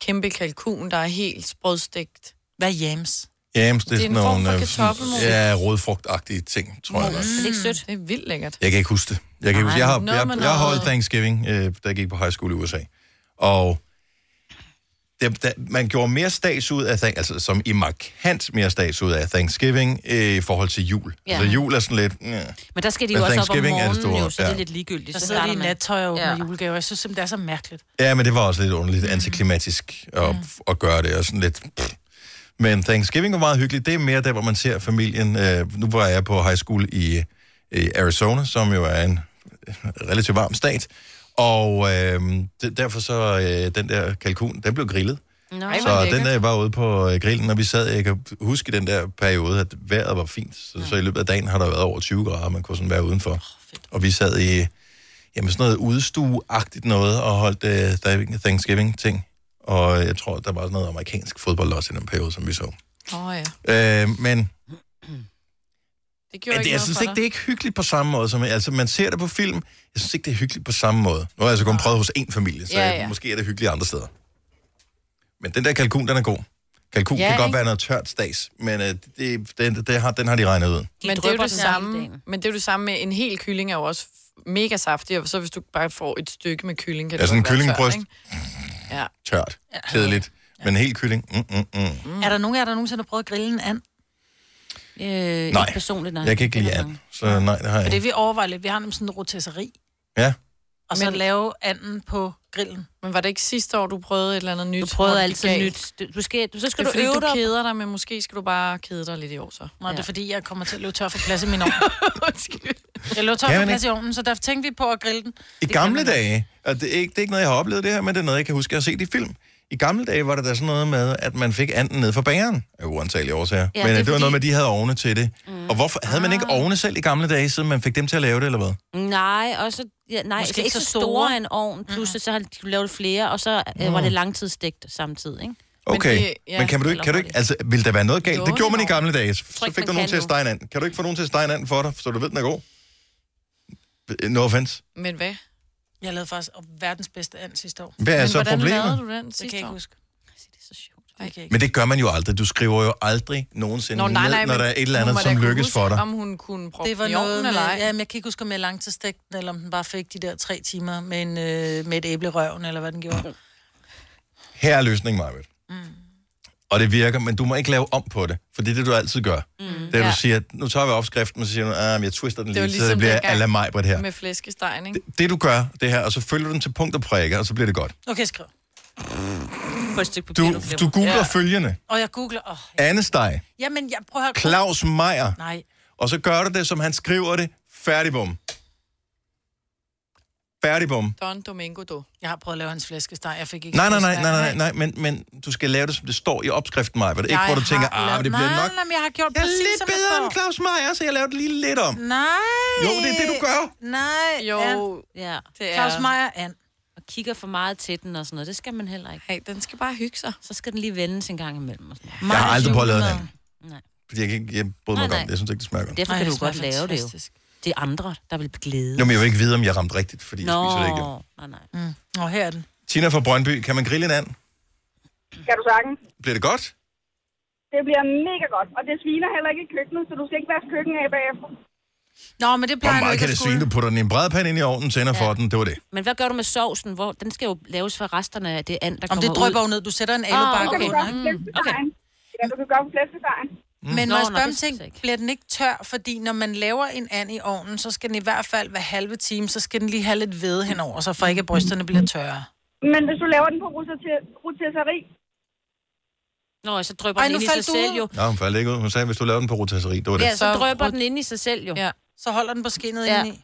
D: kæmpe kalkun, der er helt sprødstegt.
B: Hvad er yams?
A: Jams, det er,
D: Det er
A: sådan
D: en form
A: nogle
D: for
A: øh,
D: kartoffelmos.
A: ja, rødfrugtagtige ting, tror jeg.
D: Mm. Er
A: nok.
D: det ikke sødt? Det er vildt lækkert.
A: Jeg kan ikke huske det. Jeg, kan ikke
D: Nej,
A: huske. jeg har,
D: noget med
A: jeg, jeg har
D: noget-
A: holdt Thanksgiving, øh, da jeg gik på high school i USA. Og det, da, man gjorde mere stats ud af, Thank- altså som i markant mere stats ud af Thanksgiving øh, i forhold til jul.
C: Ja.
A: Ja. Altså jul er sådan lidt... Mm.
C: Men der skal de
A: Men
C: jo også op om
A: Thanksgiving er det
C: morgenen,
A: store,
C: jo, så det er
A: ja.
C: lidt ligegyldigt.
B: Der
C: Så
B: sidder de i
C: starter man.
B: nattøj og åbner ja. julegaver. Jeg synes simpelthen, det er så mærkeligt.
A: Ja, men det var også lidt underligt antiklimatisk at, at gøre det, og sådan lidt... Pff. Men Thanksgiving var meget hyggeligt. Det er mere der, hvor man ser familien. Øh, nu var jeg på high school i, i Arizona, som jo er en øh, relativt varm stat. Og øh, det, derfor så øh, den der kalkun, den blev grillet.
C: Nå.
A: Ej, så den der var ude på øh, grillen, og vi sad, jeg kan huske i den der periode, at vejret var fint. Så, så i løbet af dagen har der været over 20 grader, og man kunne sådan være udenfor. Oh, og vi sad i jamen, sådan noget udstueagtigt noget, og holdt øh, Thank- Thanksgiving-ting. Og jeg tror, der var sådan noget amerikansk fodbold også i den periode, som vi så.
D: Åh oh, ja.
A: Øh, men
D: Det gjorde
A: men det,
D: ikke
A: jeg
D: noget
A: synes
D: for
A: ikke,
D: dig.
A: det er ikke hyggeligt på samme måde. Som, altså, man ser det på film. Jeg synes ikke, det er hyggeligt på samme måde. Nu har jeg så kun prøvet hos én familie, så
D: Ja,
A: ja,
D: ja.
A: ja. måske er det hyggeligt andre steder. Men den der kalkun, den er god. Kalkun
D: Ja,
A: ja, kan godt
D: ikke?
A: være noget tørt stads, men øh, det, den, den, har, den har de regnet ud.
D: Men det, er jo det samme, men det er jo det samme med, en hel kylling er jo også f- mega saftig, og så hvis du bare får et stykke med kylling, kan
A: Ja,
D: det
A: sådan Altså, en
D: godt være
A: kyllingebryst.
D: tørt, ikke? Ja.
A: Tørt. Kedeligt. Men helt kylling. Mm, mm, mm.
B: Mm. Er der nogen af jer, der nogensinde har prøvet at grille en and?
C: Øh,
A: Nej.
C: Ikke personligt, nej.
A: Jeg kan ikke lide and, så nej, det har jeg
B: For det
A: ikke.
B: vi overvejer lidt. Vi har nemlig sådan en rotisserie,
A: Ja.
B: og så
D: Men-
B: lave anden på grillen.
D: Men var det ikke sidste år, du prøvede et eller andet nyt?
C: Du prøvede
D: hvor det
C: altid
D: gik galt?
C: nyt. Du, du skal, du, så skal
D: det er,
C: du
D: fordi,
C: øve
D: du
C: dig.
D: keder dig, men måske skal du bare kede dig lidt i år så.
B: Nå, det er fordi, jeg kommer til at løbe tør for plads i min ovn. jeg løb tør
A: Kan
B: for
A: man
B: plads i
A: ikke?
B: ovnen, så derfor tænkte vi på at grille den.
A: I gamle dage, og det er, ikke, det er ikke noget, jeg har oplevet det her, men det er noget, jeg kan huske, jeg har set i film. I gamle dage var der da sådan noget med, at man fik anden ned fra bageren, af uantagelige årsager.
E: Ja,
A: Ja, men
E: det
A: det,
E: er
A: det var
E: fordi-
A: noget med, at de havde ovne til det. Mm. Og hvorfor havde man ikke ovne selv i gamle dage, siden man fik dem til at lave det, eller hvad?
C: Nej, og så, ja, nej,
B: Måske
C: altså
B: ikke
C: ikke så
B: så
C: store,
B: store.
C: en ovn, plus mm. så har de lavet flere, og så øh, var
A: Mm.
C: det langtidsstegt samtidig, ikke?
A: Okay, men, det, ja, men kan, man du ikke, kan du ikke, altså, vil der være noget galt? Det gjorde man i gamle dage, så
C: ikke,
A: fik
C: man
A: du
C: kan
A: nogen til at
C: nu.
A: stege en anden. Kan du ikke få nogen til at stege en anden for dig, så du ved, den er god? No offense.
D: Men hvad?
B: Jeg lavede faktisk verdens bedste and sidste år.
A: Hvad er Men så hvordan problemet? lavede
D: du den sidste
B: Det kan jeg ikke huske. Det er så sjovt. Det kan jeg ikke.
A: Men det gør man jo aldrig. Du skriver jo aldrig nogensinde Nå, nej, nej, ned, når
D: men
A: der er et eller
D: hun
A: andet,
D: må da
A: som
D: kunne
A: lykkes
D: huske,
A: for dig.
D: Om hun kunne proppe
B: Det var
D: den i ovnen,
B: noget med,
D: eller ej.
B: ja, men jeg kan ikke huske, om jeg langtidstegte den, eller om den bare fik de der tre timer med, en, øh, med et æble i røven, eller hvad den gjorde.
A: Her er løsningen, Marvitt. Mm. Og det virker, men du må ikke lave om på det, for det er det, du altid gør. Mm. Det er, du
D: Ja.
A: siger, nu tager vi opskriften, og så siger du, ah, men jeg twister den
D: Det var
A: lige,
D: ligesom
A: så det bliver
D: dengang
A: ala mig på det her.
D: Med flæskestegen, ikke?
A: Det du gør, det her, og så følger du den til punkt og prikker, og så bliver det godt.
B: Okay, skriv.
C: På et stykke papir,
A: Du, du googler ja. følgende.
B: Og jeg googler, åh,
A: Andesteg.
B: jamen, jeg prøver at...
A: Claus Meier.
B: Nej.
A: Og så gør du det, som han skriver det. Færdigbom. Færdigbom.
D: Don Domingo, du.
B: Jeg har prøvet at lave hans flæskesteg, jeg fik ikke...
A: Nej, nej, nej,
B: flæskesteg.
A: nej, nej, nej, men, men du skal lave det, som det står i opskriften, Maja. Ikke
B: Jeg
A: hvor du tænker,
B: har
A: ah, men det
B: lavet-
A: bliver nok
B: Nej, nej, men jeg har gjort
A: Jeg er
B: præcis,
A: lidt
B: som
A: bedre
B: står.
A: end Claus Meier, så jeg laver det lige lidt om.
B: Nej.
A: Jo, det er det, du gør.
B: Nej.
D: Jo,
C: ja.
D: det er-
B: Claus Meier and.
C: Og kigger for meget til den og sådan noget. Det skal man heller ikke.
D: Hey, den skal bare hygge sig.
C: Så skal den lige vendes en gang imellem. Og sådan noget.
A: Jeg har aldrig prøvet at lave den.
C: Nej.
A: Fordi jeg, kan ikke, jeg bryder mig ikke
C: Nej,
A: om
C: nej.
A: det. Jeg synes ikke, det smager godt.
C: Derfor
B: Nej,
C: kan
B: det
C: du godt
B: smager
C: lave det jo.
B: fantastisk.
C: Det er andre, der vil glæde.
A: Jo, men jeg vil ikke vide, om jeg ramte rigtigt, fordi jeg spiser det ikke.
C: Nå, nej, nej.
B: Mm. Og her er den.
A: Tina fra Brøndby, kan man grille en and?
M: Kan du sagtens?
A: Bliver det godt?
M: Det bliver mega godt, og det sviner heller ikke i køkkenet, så du skal ikke vaske køkkenet af bagefter.
B: Nå, men det
A: Hvor
B: plejer jeg
A: meget
B: ikke
A: kan det svine? Du putter den i en brædepande ind i ovnen, tænder ja. for den. Det var det.
C: Men hvad gør du med sovsen? Hvor, den skal jo laves fra resterne af det and, der
B: Om
C: kommer
B: det drypper
C: ud.
B: jo ned. Du sætter en
C: Ah,
B: alubakke
C: okay.
B: okay. under,
D: Mm.
B: ikke?
M: Okay. Ja, du kan gøre på flæskestegen.
B: Men
C: Mm. Nå,
B: når jeg
C: nå,
B: spørger
C: det
B: om
C: synes jeg
B: ting, bliver den ikke tør? Fordi når man laver en and i ovnen, så skal den i hvert fald hver halve time, så skal den lige have lidt hvede henover, så for ikke
C: Mm.
B: at brysterne bliver tørre.
M: Men hvis du laver den på rotisserie- rotisserie,
C: Nå, så drypper
B: Ej,
C: den
B: nu
C: ind i sig
B: faldt du
C: selv
B: ud.
C: jo.
A: Nå, hun faldt ikke ud. Hun sagde, hvis du laver den på rotisserie, det var det.
C: Ja, så drøber den ind i sig selv jo.
D: Ja.
B: Så holder den på skinnet
C: Ja.
B: ja. indeni.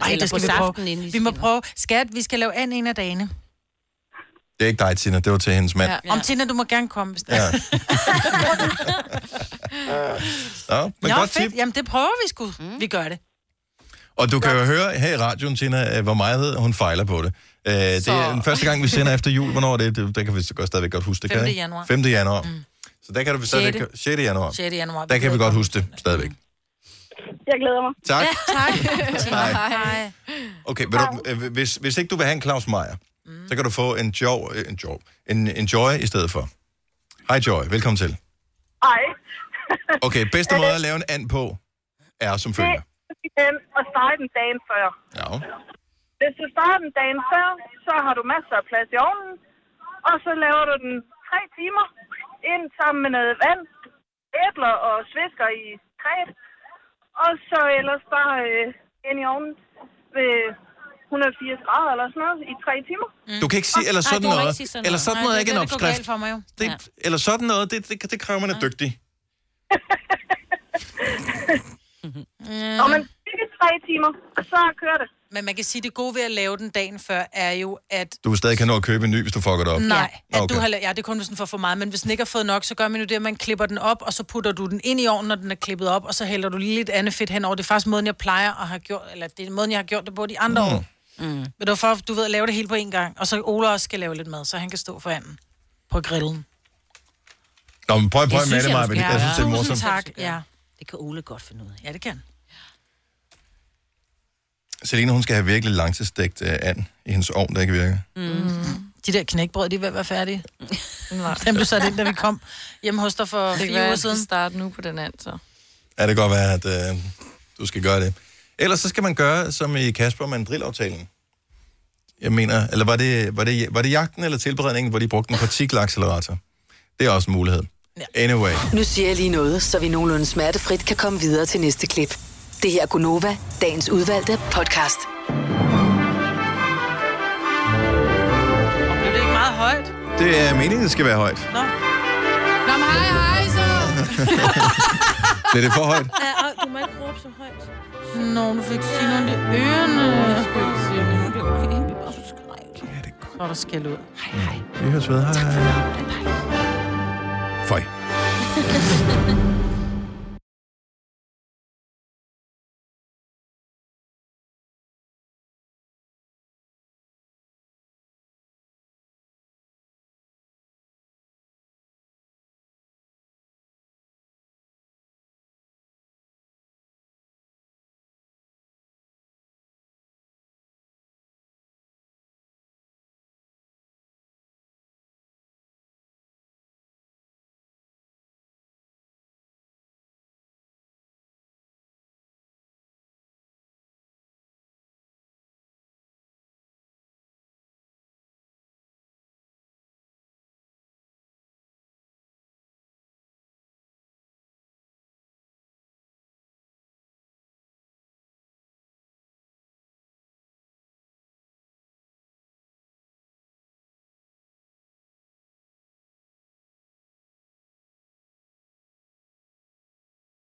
B: Ej,
C: Eller
B: det skal
C: på
B: vi
C: saften inde i
B: prøve. Vi må prøve. Skat, vi skal lave and en af dagene.
A: Det er ikke dig, Tina. Det var til hendes mand.
B: Ja. Om Tina, du må gerne komme, hvis det
A: Ja.
B: er.
A: Nå, men
B: Nå,
A: godt
B: fedt.
A: tip.
B: Jamen, det prøver vi sgu. Mm. Vi gør det.
A: Og du kan jo høre her i radioen, Tina, øh, hvor meget hun fejler på det. Øh, Det er
B: Så.
A: den første gang, vi sender efter jul. Hvornår er det? Det- Der kan vi så godt- stadigvæk godt huske det, kan
B: 5.
A: I?
B: januar.
A: 5. januar. Mm. Så der kan du stadigvæk...
B: 6.
A: 6. januar.
B: 6. januar.
A: Der kan vi godt huske det, stadigvæk.
G: Jeg glæder mig.
A: Tak.
G: tak.
A: Hej. Okay, vil du, øh, hvis, hvis ikke du vil have en Claus Meier,
G: Mm.
A: så kan du få en Joy, øh, en, joy, en, en joy i stedet for. Hej Joy, velkommen til.
G: Ej.
A: Okay, bedste måde at lave en and på er som
G: Det
A: følger.
G: er at starte den dagen før.
A: Ja.
G: Mm. Hvis du starter den dagen før, så har du masser af plads i ovnen, og så laver du den tre timer ind sammen med noget vand, æbler og svisker i træet, og så ellers bare øh, ind i ovnen ved 180 grader eller sådan noget i tre timer.
A: Du kan ikke sige, eller sådan
G: du må ikke
A: noget,
G: sige sådan
A: eller
G: noget.
A: sådan
G: Nej,
A: noget
G: det
A: er
G: er
A: ikke en
G: det, der går
A: opskrift.
G: galt for mig jo.
A: Det, Eller sådan noget, det, det, det kræver, man er dygtig.
B: Mm.
G: Og man cirka tre timer, og så kører det.
B: Men man kan sige, det gode ved at lave den dagen før, er jo, at
A: Du vil stadig kan nå at købe en ny, hvis du fucker det op.
B: Nej, at
A: okay.
B: du har, la- ja, det er kun, hvis den får for meget, men hvis den ikke har fået nok, så gør man jo det, at man klipper den op, og så putter du den ind i ovnen, når den er klippet op, og så hælder du lige lidt andet fedt henover. Det er faktisk måden, jeg plejer at have gjort, eller det er måden, jeg har gjort det på de andre mm. år.
C: Mm.
B: Men det var for, du ved, at lave det hele på én gang, og så Ola også skal lave lidt mad, så han kan stå for anden på grillen.
A: Nå, men prøv, prøv
B: Jeg
A: med
B: synes,
A: det,
B: jeg
A: Maja.
B: måske
A: Jeg synes, det er
B: Tusind
A: morsomt.
B: tak, ja.
P: Det kan Ole godt finde ud af.
B: Ja, det kan.
A: Selina, hun skal have virkelig langtidsstegt uh, and i hendes ovn, der ikke virker.
B: Mm. De der knækbrød, de er ved at være færdige. Dem blev sat ind, da vi kom hjemme hos dig for
Q: Det kan
B: fire
Q: være, at
B: uger
Q: vi
B: siden.
Q: starter nu på den and, så.
A: Ja, det kan godt være, at uh, du skal gøre det. Ellers så skal man gøre, som i Kasper Mandrill-aftalen. Jeg mener, eller var det, var det, var det jagten eller tilberedningen, hvor de brugte en partikelaccelerator? Det er også en mulighed. Anyway.
M: Nu siger jeg lige noget, så vi nogenlunde smertefrit kan komme videre til næste klip. Det her er Gunova, dagens udvalgte podcast.
B: Det er ikke meget højt.
A: Det er meningen, det skal være højt.
B: Nå.
Q: Nå, men hej, hej, så.
A: Bliver det for højt?
P: Ja, og du må ikke råbe så højt.
B: Nå, nu fik sige noget i ørerne. Jeg skulle ikke sige noget. Det er okay. Vi bare så skræk. Så er der skæld ud. Hej, hej.
A: Vi høres ved. Hej. Føj.